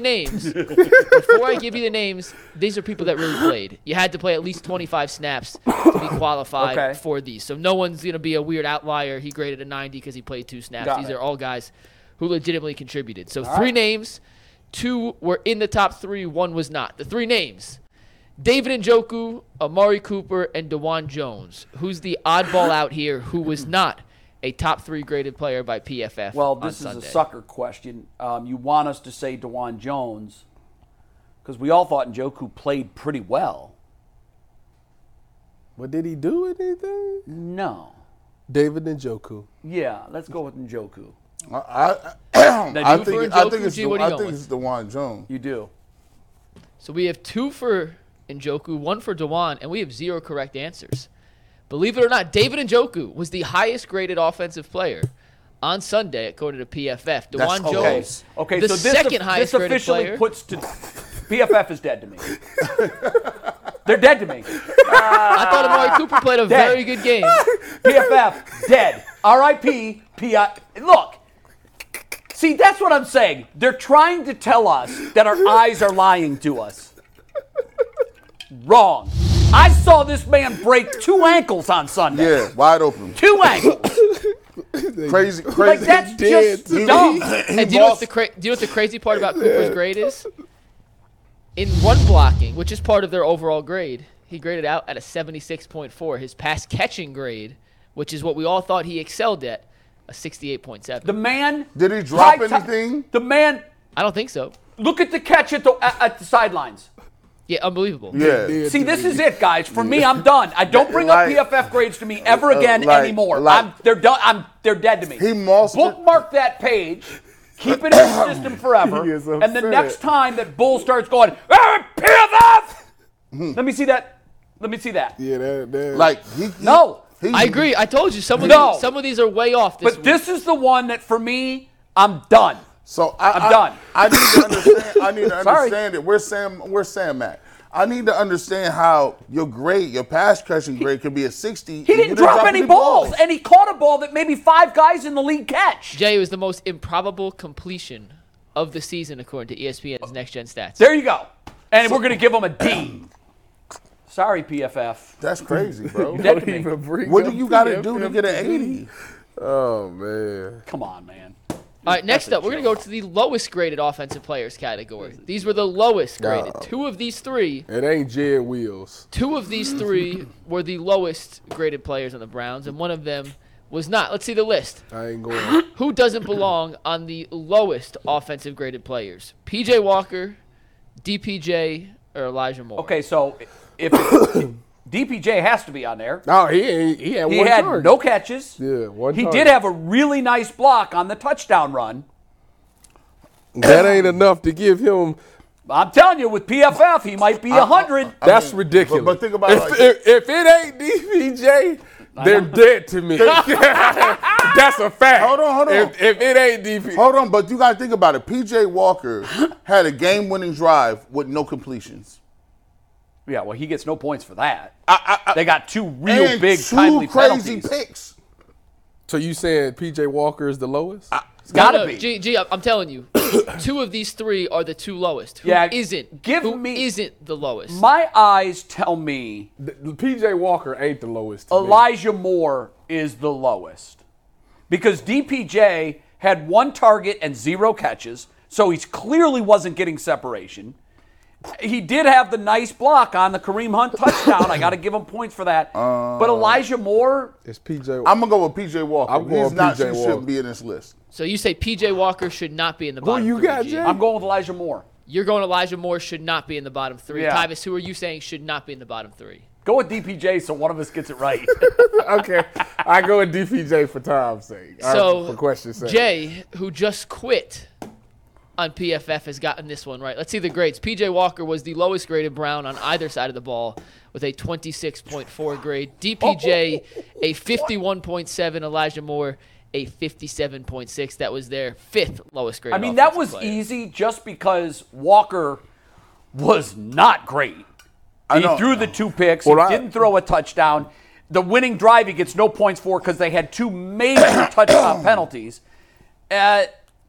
A: <laughs>
D: names, before I give you the names, these are people that really played. You had to play at least 25 snaps to
B: <coughs>
D: be qualified
B: Okay.
D: for these. So no one's going to be a weird outlier. He graded a 90 because he played two snaps.
B: Got
D: these
B: it.
D: are all guys who legitimately contributed. So three names. Two were in the top three. One was not. The three names: David Njoku, Amari Cooper, and Dewan Jones. Who's the oddball out here? Who
B: <clears throat>
D: was not a top three graded player by PFF?
B: Well,
D: on
B: this is
D: Sunday?
B: a sucker question. Um, you want us to say Dewan Jones because we all thought Njoku played pretty well.
A: But did he do anything?
B: No.
A: David Njoku.
B: Yeah, let's go with Njoku.
C: I, I, I,
D: you-
C: think,
D: for
C: I
D: Njoku,
C: think it's
D: G,
C: the,
D: what are you
C: I
D: going
C: think
D: with?
C: it's Dewan Jones.
B: You do.
D: So we have two for Njoku, one for Dewan, and we have zero correct answers. Believe it or not, David Njoku was the highest graded offensive player on Sunday according to PFF.
C: okay.
D: Dewan
B: Okay.
D: Jones,
B: Okay.
D: the
B: so this,
D: second highest
B: this
D: graded
B: officially
D: player.
B: puts to PFF is dead to me. They're dead to me.
D: I thought Amari Cooper played
B: <laughs>
D: a
B: Dead.
D: very good game.
B: PFF dead. R.I.P. P.I. Look. See, that's what I'm saying. They're trying to tell us that our eyes are lying to us. Wrong. I saw this man break two ankles on Sunday.
C: Yeah, wide open.
B: Two ankles.
C: Crazy, crazy.
B: Like that's just
C: He-
B: dumb.
C: <laughs> he- he
D: And do you, know what
C: lost-
D: the cra- do you know what the crazy part about Cooper's grade is? In run blocking, which is part of their overall grade, he graded out at a 76.4. His pass catching grade, which is what we all thought he excelled at, a 68.7.
B: The man
C: Did he drop
B: high ti-
C: anything?
B: the man
D: I don't think so.
B: look at the catch at the at, at the sidelines.
D: Yeah, unbelievable.
C: yeah.
B: See, this is it, guys. For me, I'm done. I don't bring up
C: <laughs> Like-
B: PFF grades to me ever
C: Uh,
B: again
C: like-
B: anymore.
C: like-
B: I'm, they're done. I'm they're dead to me.
C: He mossed it.
B: Bookmark that page. Keep it in your
C: <laughs>
B: system forever.
C: He is
B: and the
C: upset.
B: next time that Bull starts going, "Ah, PFF,
C: Hmm.
B: let me see that. Let me see that.
A: Yeah, that, that.
C: Like he, he- <laughs>
B: No.
C: he-
D: I agree. I told you some of
B: No.
D: these, some of these are way off. This
B: But
D: week.
B: this is the one that for me, I'm done.
C: So I,
B: I'm
C: I-
B: done.
C: I need to understand. I need
B: <laughs>
C: to
B: Sorry.
C: understand it. Where's Sam? Where's Sam at? I need to understand how your grade, your pass catching grade, could be a sixty.
B: He didn't drop any balls, and he caught a ball that maybe five guys in the league catch.
D: Jay was the most improbable completion of the season according to E ESPN's Next Gen
B: Uh,
D: Stats.
B: There you go. And we're gonna give him a D. <clears throat> Sorry, PFF.
C: That's
B: <laughs>
C: crazy, bro.
B: Dead to me.
C: what do you got to do to get an eighty?
A: Oh man,
B: Come on, man.
D: All right, next
B: That's a
D: up, we're going to go to the lowest graded offensive players category. These were the lowest graded. Two of these three,
A: it ain't Jed Wheels.
D: two of
B: <laughs>
D: these three were the lowest graded players on the Browns, and one of them was not. Let's see the list.
A: I ain't going.
D: Who doesn't belong on the lowest offensive graded players? PJ Walker, DPJ, or Elijah Moore?
B: Okay, so if <coughs> it- DPJ has to be on there,
A: <gasps> No, he ain't. He had
B: he
A: one
B: had
A: target.
B: no catches.
A: Yeah, one
B: He
A: target.
B: did have a really nice block on the touchdown run.
A: That ain't enough to give him.
B: I'm telling you, with PFF, he might be a hundred.
A: That's
C: mean,
A: ridiculous.
C: but- but think about it
A: if,
C: like
A: if, if it ain't DPJ, they're dead to <laughs> me. That's a fact.
C: Hold on, hold on.
A: If, if it ain't DP,
C: Hold on, but you got to think about it. PJ Walker had a game winning drive with no completions.
B: Yeah, well, he gets no points for that. they got two real
C: and
B: big,
C: two
B: timely
C: crazy
B: penalties.
C: picks.
A: so you saying PJ Walker is the lowest?
B: It's gotta
D: no,
B: be.
D: G, G, I'm telling
B: <coughs>
D: you, two of these three are the two lowest. Who
B: Yeah,
D: isn't?
B: give
D: who
B: me-
D: isn't the lowest?
B: My eyes tell me
A: The- the PJ Walker ain't the lowest. to me.
B: Elijah Moore is the lowest because DPJ had one target and zero catches, so he clearly wasn't getting separation. He did have the nice block on the Kareem Hunt touchdown. I got to give him points for that. but Elijah Moore,
A: It's PJ.
C: I'm gonna go with PJ Walker.
A: I'm going
C: He's not.
A: PJ
C: he
A: Walker.
C: shouldn't be in this list.
D: So you say PJ Walker should not be in the bottom
A: you
D: three.
A: got,
D: G.
A: Jay?
B: I'm going with Elijah Moore.
D: You're going Elijah Moore should not be in the bottom three.
B: Yeah.
D: Tyvis, who are you saying should not be in the bottom three?
B: Go with DPJ so one of us gets it right.
A: <laughs> okay, I go with DPJ for time's sake. All right,
D: So
A: for question's sake.
D: Jay, who just quit on PFF, has gotten this one right. Let's see the grades. PJ Walker was the lowest graded Brown on either side of the ball with a 26.4 grade. DPJ a 51.7. Elijah Moore a 57.6. That was their fifth lowest grade.
B: I mean, that was easy just because Walker was not great. He
C: know.
B: threw the two picks.
A: Well,
B: he
A: I-
B: didn't throw a touchdown. The winning drive he gets no points for because they had
A: <coughs>
B: two major touchdown penalties. Uh,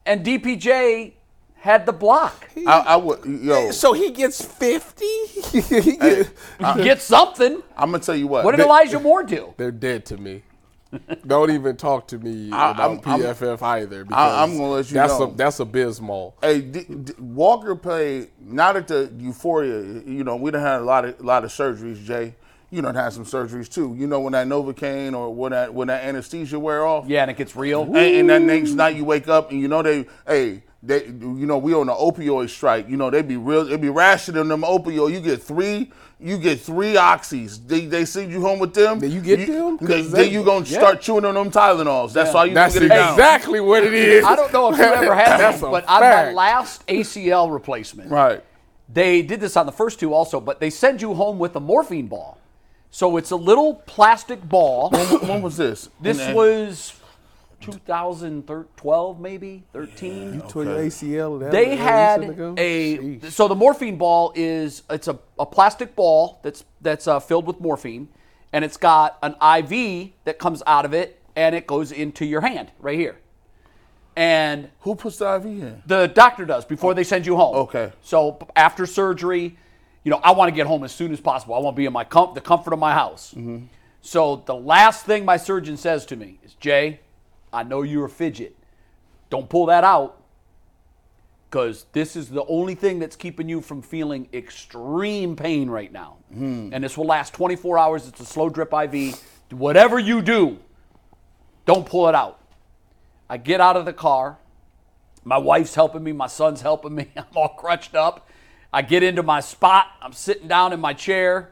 B: and DPJ had the block. He
C: I, I would. Yo,
A: So he gets <laughs> fifty.
B: gets something.
C: I'm gonna tell you what.
B: What did Elijah Moore do?
A: They're dead to me. Don't even talk to me
C: I- I'm-
A: about
C: I'm-
A: PFF either. Because
C: I- I'm gonna let you
A: that's
C: know.
A: A, that's abysmal.
C: Hey, D- D- Walker played not at the Euphoria. You know, we done had a lot of lot of surgeries, Jay. You done had some surgeries too. You know, when that Novocaine or when that when that anesthesia wear off.
B: Yeah, and it gets real.
C: And, and that next night you wake up and you know they, hey, they, you know we on an opioid strike. You know they be real, they be rationing them opioid. You get three, you get three oxys. They, they send you home with them.
A: Then you get them? 'Cause they-
C: They, then you gonna start chewing on them Tylenols. That's why you
A: That's
C: get it down.
A: exactly what it is.
B: I don't know if you ever
A: <laughs>
B: had
A: That's
B: that,
A: a
B: but on my
A: fact.
B: last ACL replacement,
C: Right.
B: they did this on the first two also, but they send you home with a morphine ball. So it's a little plastic ball.
C: When, when was this?
B: This
C: And- and-
B: was 2012, maybe 13.
A: Tore your ACL. that
B: They
A: was
B: had
A: recent ago?
B: a
A: Sheesh.
B: so the morphine ball is it's a, a plastic ball that's that's uh, filled with morphine, and it's got an IV that comes out of it and it goes into your hand right here, and
C: Who puts the
B: <laughs>
C: IV in?
B: the doctor does before they send you home.
C: Okay.
B: So p- after surgery, you know, I want to get home as soon as possible. I want to be in my com- the comfort of my house. So the last thing my surgeon says to me is, Jay, I know you're a fidget. Don't pull that out because this is the only thing that's keeping you from feeling extreme pain right now. And this will last 24 hours. It's a slow drip IV. Whatever you do, don't pull it out. I get out of the car. My wife's helping me. My son's helping me. <laughs> I'm all crutched up. I get into my spot. I'm sitting down in my chair.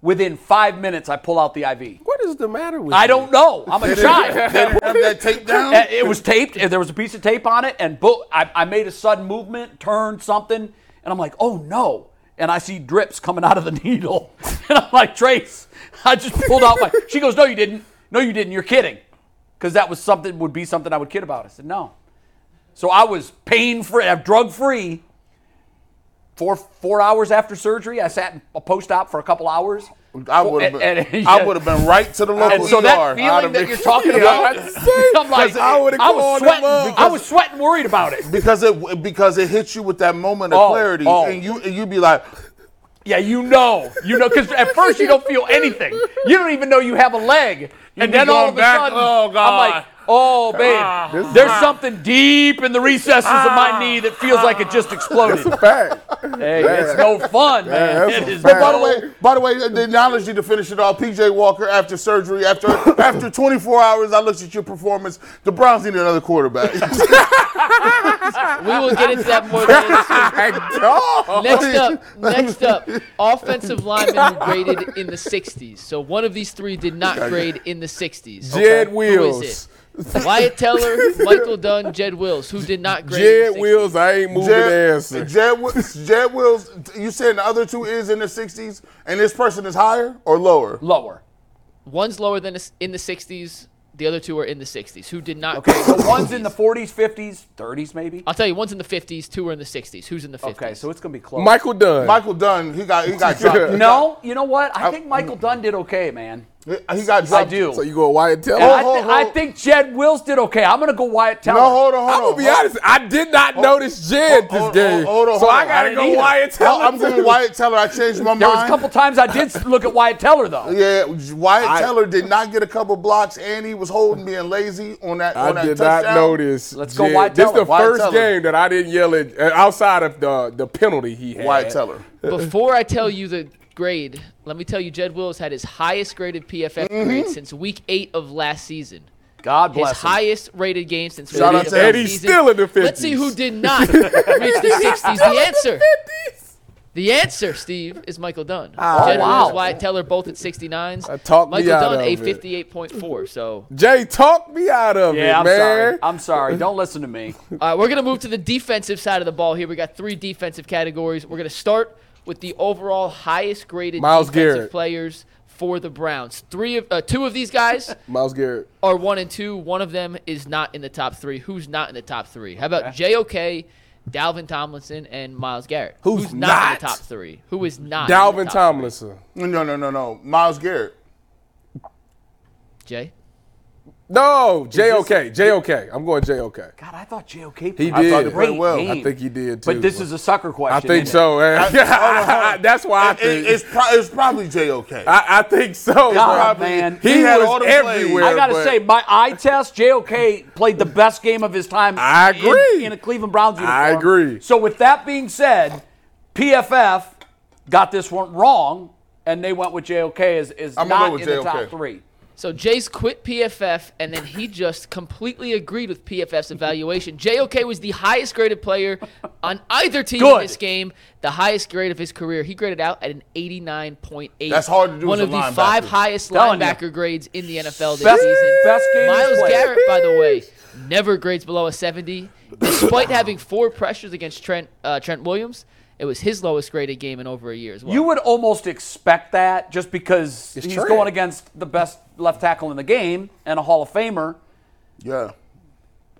B: Within five minutes, I pull out the IV.
A: What is the matter with?
B: I
A: you?
B: don't know. I'm a child.
C: They didn't have that tape down.
B: Uh, It was taped. and There was a piece of tape on it, and bo- I, I made a sudden movement, turned something, and I'm like, "Oh no!" And I see drips coming out of the needle, <laughs> and I'm like, "Trace, I just pulled out my." She goes, "No, you didn't. No, you didn't. You're kidding," because that was something would be something I would kid about. I said, "No." So I was pain free, I'm drug free. Four four hours after surgery, I sat in a post op for a couple hours.
C: I would have been,
B: And- and-
C: I would have been right to the local
B: And so
C: ER.
B: that
C: I'd have
B: feeling that
C: been-
B: you're talking
C: <laughs> Yeah.
B: about, <laughs> I'm like,
C: 'Cause I
B: I,
C: would've
B: was
A: called him
B: sweating.
A: up.
B: I was sweating, worried about it.
C: because it because it hits you with that moment of
B: Oh,
C: clarity,
B: oh.
C: and you and you'd be like,
B: Yeah, you know, you know, because at first you don't feel anything. You don't even know you have a leg, and
C: be
B: then all
C: going
B: of a
C: back,
B: sudden,
C: "Oh,
B: I'm
C: God." Ah,
B: like, oh babe,
A: This-
B: there's something deep in the recesses of
C: ah,
B: my knee that feels like it just exploded.
A: Fact.
B: Hey, it's no fun, man.
A: that's
B: It
A: a
B: is
A: fact.
C: By the
B: no-
C: way, by the way, the analogy to finish it all, PJ Walker after surgery,
A: <coughs>
C: after after 24 hours, I looked at your performance. The Browns need
A: <laughs>
C: another quarterback.
D: We will get into that more
A: <laughs>
D: later. Next up, next up, offensive linemen who graded in the 60s. So one of these three did not grade in the 60s.
A: Jed
D: Who is
A: Wheels.
D: it? Wyatt Teller, Michael Dunn, Jed Wills, who did not grade. in
A: Jed
D: the 60s.
A: Wheels. I ain't moving
C: Jed,
A: answer.
C: Jed, Wi- Jed Wills, you saying the other two is in the 60s, and this person is higher or lower?
B: lower.
D: One's lower than the- in the 60s. The other two are in the 60s. Who did not?
B: Okay,
D: grade
B: so
D: in the
B: one's in the
D: 60s.
B: 40s, 50s, 30s, maybe.
D: I'll tell you, one's in the 50s. Two are in the 60s. Who's in the 50s?
B: Okay, so it's gonna be close.
A: Michael Dunn.
C: Michael Dunn, he got he
A: <laughs>
C: got dropped.
B: no, you know what? I think Michael Dunn did okay, man.
C: He got
B: I
C: dropped.
B: do.
A: So you go Wyatt Teller.
B: And I,
C: hold,
B: thi- I
C: hold.
B: think Jed Wills did okay. I'm gonna go Wyatt Teller.
C: No, hold on, hold on.
A: I'm gonna be
C: hold-
A: honest. I did not notice Jed this
C: hold-
A: game,
C: hold- hold on,
A: so
C: hold
A: I
C: on. I
A: gotta
B: didn't
A: go
B: either.
A: Wyatt
C: Oh,
A: Teller.
C: I'm going
A: too.
C: Wyatt Teller. I changed my
B: <laughs> There
C: mind.
B: was a couple times I did s- look at Wyatt Teller
A: <laughs>
B: though.
C: Yeah, Wyatt
A: I-
C: Teller did not get a couple blocks, and he was holding being lazy on that.
A: I
C: on that
A: did
C: touchdown.
A: not notice.
B: Let's go
A: Jed.
B: Wyatt
A: This is
B: Teller.
A: the
C: Wyatt
A: first
C: Teller.
A: game that I didn't yell at uh, outside of the the penalty he had.
C: Wyatt Teller.
D: Before I tell you the grade, let me tell you, Jed Wills had his highest graded PFF
A: Mm-hmm.
D: grade since week eight of last season.
B: God bless
D: His
B: him.
D: highest rated game since week
C: Shout
D: eight
C: out
D: of
C: to
D: last
C: him. And
A: he's
D: season.
A: still in the
D: Let's see
A: 50s.
D: who did not reach
A: <laughs>
D: the 60s. The answer, the answer, Steve, is Michael Dunn.
A: Ah,
D: Jed
B: wow.
D: Wills, Wyatt Teller, both at 69s.
A: talked Uh, me
D: Michael
A: out of
D: Dunn, a
A: it.
D: 58.4 So
A: Jay, talk me out of it,
B: yeah, I'm sorry.
A: man.
B: I'm sorry. Don't listen to me.
D: All right, uh, we're going to move to the defensive side of the ball here. We got three defensive categories. We're going to start with the overall highest graded
A: Myles
D: defensive
A: Garrett.
D: players for the Browns. Three of uh, two of these guys
A: Miles Garrett.
C: Oh,
D: are one and two. One of them is not in the top three. Who's not in the top three? How about JOK, Dalvin Tomlinson, and Miles Garrett?
A: Who's
D: in the
A: not?
D: top three? Who is not? in the
A: Dalvin
D: top
A: Tomlinson. <laughs>
C: No, no, no, no. Miles Garrett.
D: Jay.
A: No, JOK, JOK. I'm going JOK.
B: God, I thought JOK
A: He
B: played
C: I thought he
A: did.
C: played
B: great
C: well.
B: game.
A: I think he did too.
B: But this is a sucker question.
A: I think
B: isn't it?
A: so. <laughs> eh? That's why I
C: It- it-
A: think.
C: it's, pro- it's probably JOK.
A: I, I think so.
B: God,
A: bro.
C: Probably-
B: man.
A: He was
C: plays.
A: everywhere.
B: I gotta
A: but-
B: say, my eye test, JOK played the best game of his time.
A: I
B: in- In,
A: agree.
B: a Cleveland Browns uniform.
A: I agree.
B: So with that being said, PFF got this one wrong, and they went with JOK as is
C: I'm gonna go
B: not
C: with
B: in the
C: JOK.
B: top three.
D: So Jace quit PFF, and then he just completely agreed with
C: <laughs>
D: PFF's evaluation. JOK was the highest graded player on either team in
B: Good.
D: this game, the highest grade of his career. He graded out at an 89.8.
C: That's hard to do
D: One
C: as
D: of
C: a
D: the
C: linebacker.
D: five highest
B: Telling ya.
D: linebacker grades in the NFL this
B: Best,
D: season.
B: best game he's
D: Miles
B: played.
D: Garrett, by the way, never grades below a 70, despite having four pressures against Trent uh, Trent Williams. It was his lowest graded game in over a year as well.
B: You would almost expect that just because
A: It's
B: he's
A: Trent.
B: going against the best left tackle in the game and a Hall of Famer.
C: yeah.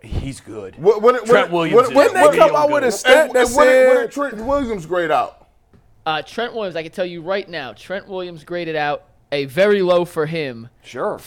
B: He's good.
C: What, what, what,
E: Trent Williams
C: What,
E: is
C: what,
A: Didn't they
C: what,
A: come
E: real
A: out with
E: good.
A: a
C: and,
A: stat
C: and
A: that
C: what did- what
A: said?
C: did Trent Williams grade out?
D: Uh, Trent Williams, I can tell you right now, Trent Williams graded out a very low for him,
B: Sure.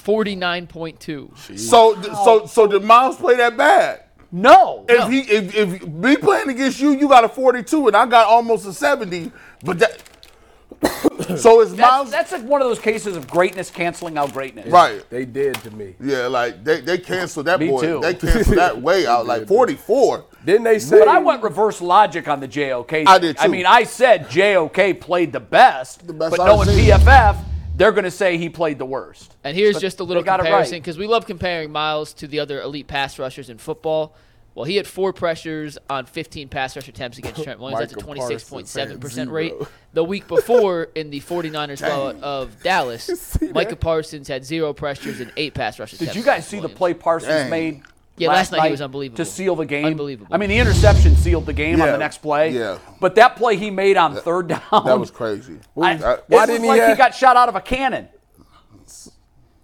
D: 49.2.
C: So,
A: Oh.
C: so, so did Miles play that bad?
B: No.
C: If he, if, if me playing against you, you got a 42, and I got almost a 70. But that, <coughs> so is
B: That's,
C: Miles
B: that's like one of those cases of greatness canceling out greatness.
C: right?
A: They did to me.
C: Yeah, like they, they canceled that
B: Me
C: boy.
B: too.
C: They canceled that way out. Like 44.
A: Didn't they say?
B: But I went reverse logic on the JOK. Thing.
C: I did
B: I
C: too.
B: mean, I said JOK played the best,
C: best
B: but
C: I've
B: knowing
C: seen.
B: PFF, they're going to say he played the worst.
D: And here's
B: But
D: just a little
B: they got it right.
D: comparison because we love comparing Miles to the other elite pass rushers in football. Well, he had four pressures on 15 pass rush attempts against Trent Williams. That's a
A: Michael Parsons
D: 26.7%
A: saying
D: rate.
A: zero.
D: The week before in
A: <laughs>
D: the 49ers blowout of Dallas, Micah Parsons had zero pressures and eight pass rush attempts.
B: Did you guys
D: against
B: see the
D: Williams.
B: play Parsons
C: Dang.
B: made?
D: Yeah, last night he was unbelievable.
B: To seal the game.
D: Unbelievable.
B: I mean, the interception sealed the game on
C: Yeah,
B: the next play.
C: yeah.
B: But that play he made on third down.
C: That was crazy.
B: <laughs> I,
C: That-
B: why
A: didn't he
B: like he
C: uh,
A: have-
B: got shot out of a cannon.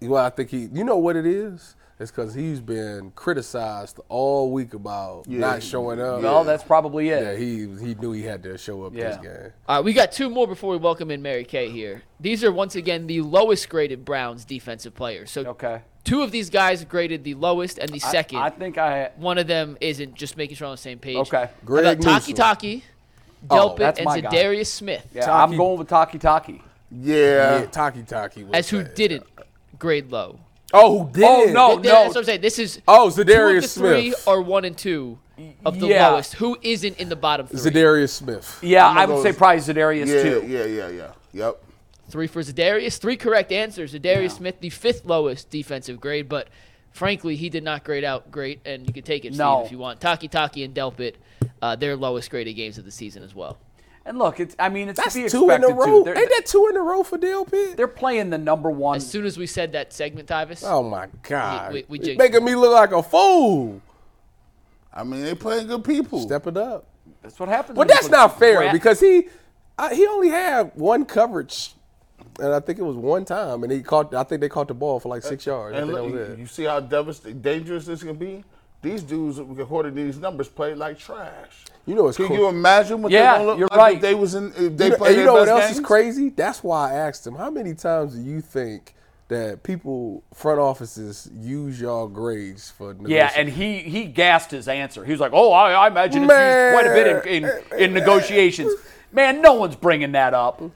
A: Well, I think he. You know what it is? It's because he's been criticized all week about not showing up.
B: No, that's probably it.
A: yeah. He he knew he had to show up this
B: Yeah.
A: game.
D: All right, Uh, we got two more before we welcome in Mary Kay here. These are once again the lowest graded Browns defensive players. So
B: Okay.
D: two of these guys graded the lowest and the second.
B: I think I.
D: One of them isn't. Just making sure we're on the same page.
B: Okay.
D: Greg
A: Greg
D: Taki
A: Newsom.
D: Taki,
B: Oh,
D: Delpit,
B: that's
D: and
B: my guy.
D: Zadarius Smith
B: Yeah,
A: Taki-
B: I'm going with Taki Taki.
C: yeah.
A: Yeah, Taki Taki was
D: as who
A: bad.
D: didn't grade low.
A: Oh, who did?
B: Oh, no.
D: Th- th- That's what I'm saying. This is
A: Oh,
D: two of
A: Zadarius
D: the three
A: Smith.
D: or one and two of the
B: Yeah.
D: lowest. Who isn't in the bottom three?
A: Zadarius Smith.
B: Yeah, I
C: go
B: would say
C: with-
B: probably Zadarius
C: Yeah,
B: too.
C: yeah, yeah, yeah. Yep.
D: Three for Zadarius. Three correct answers. Zadarius Smith, the fifth lowest defensive grade, but frankly, he did not grade out great. And you can take it, Steve,
B: No.
D: if you want. Taki Taki and Delpit, uh, their lowest graded games of the season as well.
B: And look, it's I mean it's
A: That's
B: to be
A: two in a
B: expected
A: row.
B: too. They're,
A: Ain't that two in a row for DLP?
B: they're playing the number one.
D: As soon as we said that segment, Tyvis,
A: Oh my God!
D: We- we- we
A: It's
D: jinxed
A: making me look like a fool.
C: I mean, they playing good people.
A: Step it up.
B: that's what happens.
A: But
B: when you
A: that's
B: put
A: not fair
B: crap-
A: because he I, he only had one coverage, and I think it was one time, and he caught. I think they caught the ball for like six yards. I
C: Uh, and
A: think that
C: look,
A: was
C: you,
A: it.
C: you see how devastating, dangerous this can be. These dudes, according to these numbers, played like trash.
A: You know it's
C: Can
A: cool.
C: you imagine what
B: Yeah,
C: they're gonna look
B: you're
C: like
B: right.
C: if they was in if they
A: You know,
C: played
A: and you
C: their
A: know what
C: best
A: else
C: games?
A: is crazy? That's why I asked him, how many times do you think that people front offices use y'all grades for?
B: Yeah, and he he gassed his answer. He was like, "Oh, I, I imagine it's used
A: Man.
B: quite a bit in, in, in negotiations." Man, no one's bringing that up. no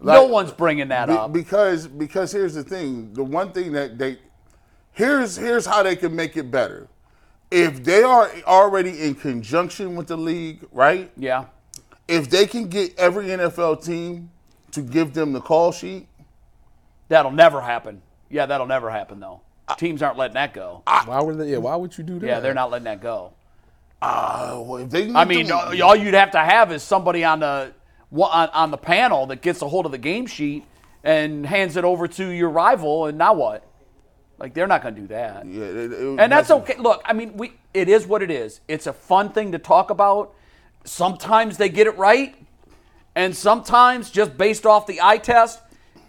C: Like-
B: one's bringing that
C: Be-
B: up.
C: because because here's the thing the one thing that they here's here's how they can make it better if they are already in conjunction with the league right
B: yeah,
C: if they can get every nfl team to give them the call sheet
B: that'll never happen. Yeah, that'll never happen though. Teams aren't letting that go.
A: why would they, yeah? Why would you do that?
B: yeah, they're not letting that go.
C: uh, well, if they can
B: I
C: get
B: mean, uh,
C: them-
B: all all you'd have to have is somebody on the wa- on, on the panel that gets a hold of the game sheet and hands it over to your rival, and now what? Like they're not going to do that.
C: Yeah, it- it-
B: And that's okay. Look, I mean, we it is what it is. It's a fun thing to talk about. Sometimes they get it right, and sometimes just based off the eye test,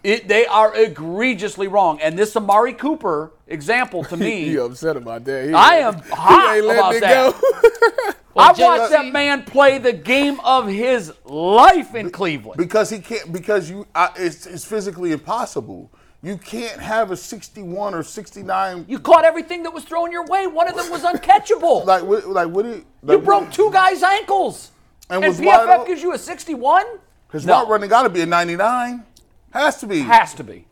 B: it, they are egregiously wrong. And this Amari Cooper example to
A: <laughs>
B: me,
A: You upset about that? <laughs> He-
B: I am hot about that. <laughs> I watched
D: Jesse-
B: that man play the game of his life in Cleveland.
C: because he can't because you I, it's, it's physically impossible You can't have a 61 or 69.
B: You caught everything that was thrown your way. One of them was uncatchable.
C: like what? Like what? do You,
B: you
C: like,
B: broke
C: what-
B: two guys' ankles.
C: And
B: And,
C: was wide
B: PFF
C: open.
B: gives you a 61?
C: His
B: No.
C: route running got to be a 99. Has to be.
B: Has to be.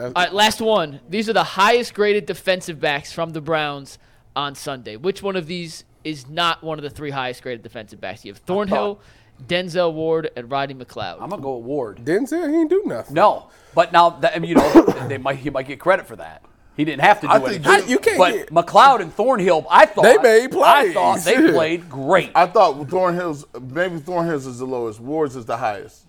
D: All right, last one. These are the highest graded defensive backs from the Browns on Sunday. Which one of these is not one of the three highest graded defensive backs? You have Thornhill, Denzel Ward, and Roddy McLeod.
B: I'm gonna go with Ward.
A: Denzel, he <laughs> didn't do nothing.
B: No, but now that, I mean, you know <coughs> they might he might get credit for that. He didn't have to do
C: I think
B: anything.
C: you-
A: you can't
B: But
A: get-
B: McLeod and Thornhill, I thought
A: They made
B: I thought
A: plays.
B: they played great.
C: I thought Thornhill's maybe Thornhill's is the lowest. Ward's is the highest.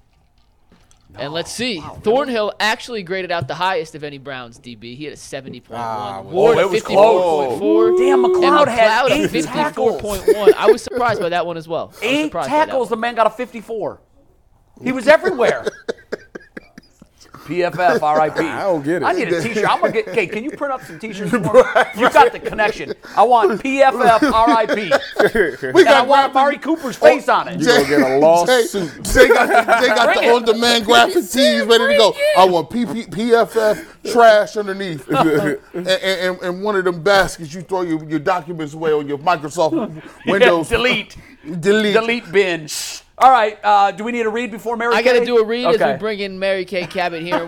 D: and let's see. Thornhill actually graded out the highest of any Browns DB. He had a 70.1.
A: well-
D: Ward
B: Oh, it was
D: 54.4
B: Damn,
D: and
B: McLeod had
D: McLeod
B: eight
D: at 54.1. I was surprised by that one as well. I was
B: Eight
D: surprised by that
B: tackles, the
D: one.
B: man got a 54. He was
D: <laughs>
B: everywhere. PFF, RIP. I
A: don't get it.
B: I need a T-shirt. I'm gonna get. Okay, can you print up some T-shirts for me? You got the connection. I want PFF, RIP,
C: We
B: and I want
C: graphic-
B: Mari Cooper's face on it. <laughs>
A: You're gonna get a lawsuit.
C: Jay, Jay got the, Jay got
B: Bring
C: the
B: it.
C: on-demand graphic tees ready to go. I want PP, PFF trash
B: <laughs>
C: underneath, and, and, and- and one of them baskets you throw your, your documents away on
B: <laughs>
C: your Microsoft Windows.
B: delete.
C: delete,
B: Delete bin. All right. Uh, do we need a read before Mary?
D: I got
B: Kay?
D: to do a read as
B: Okay. <laughs>
D: we bring in Mary Kay Cabot here.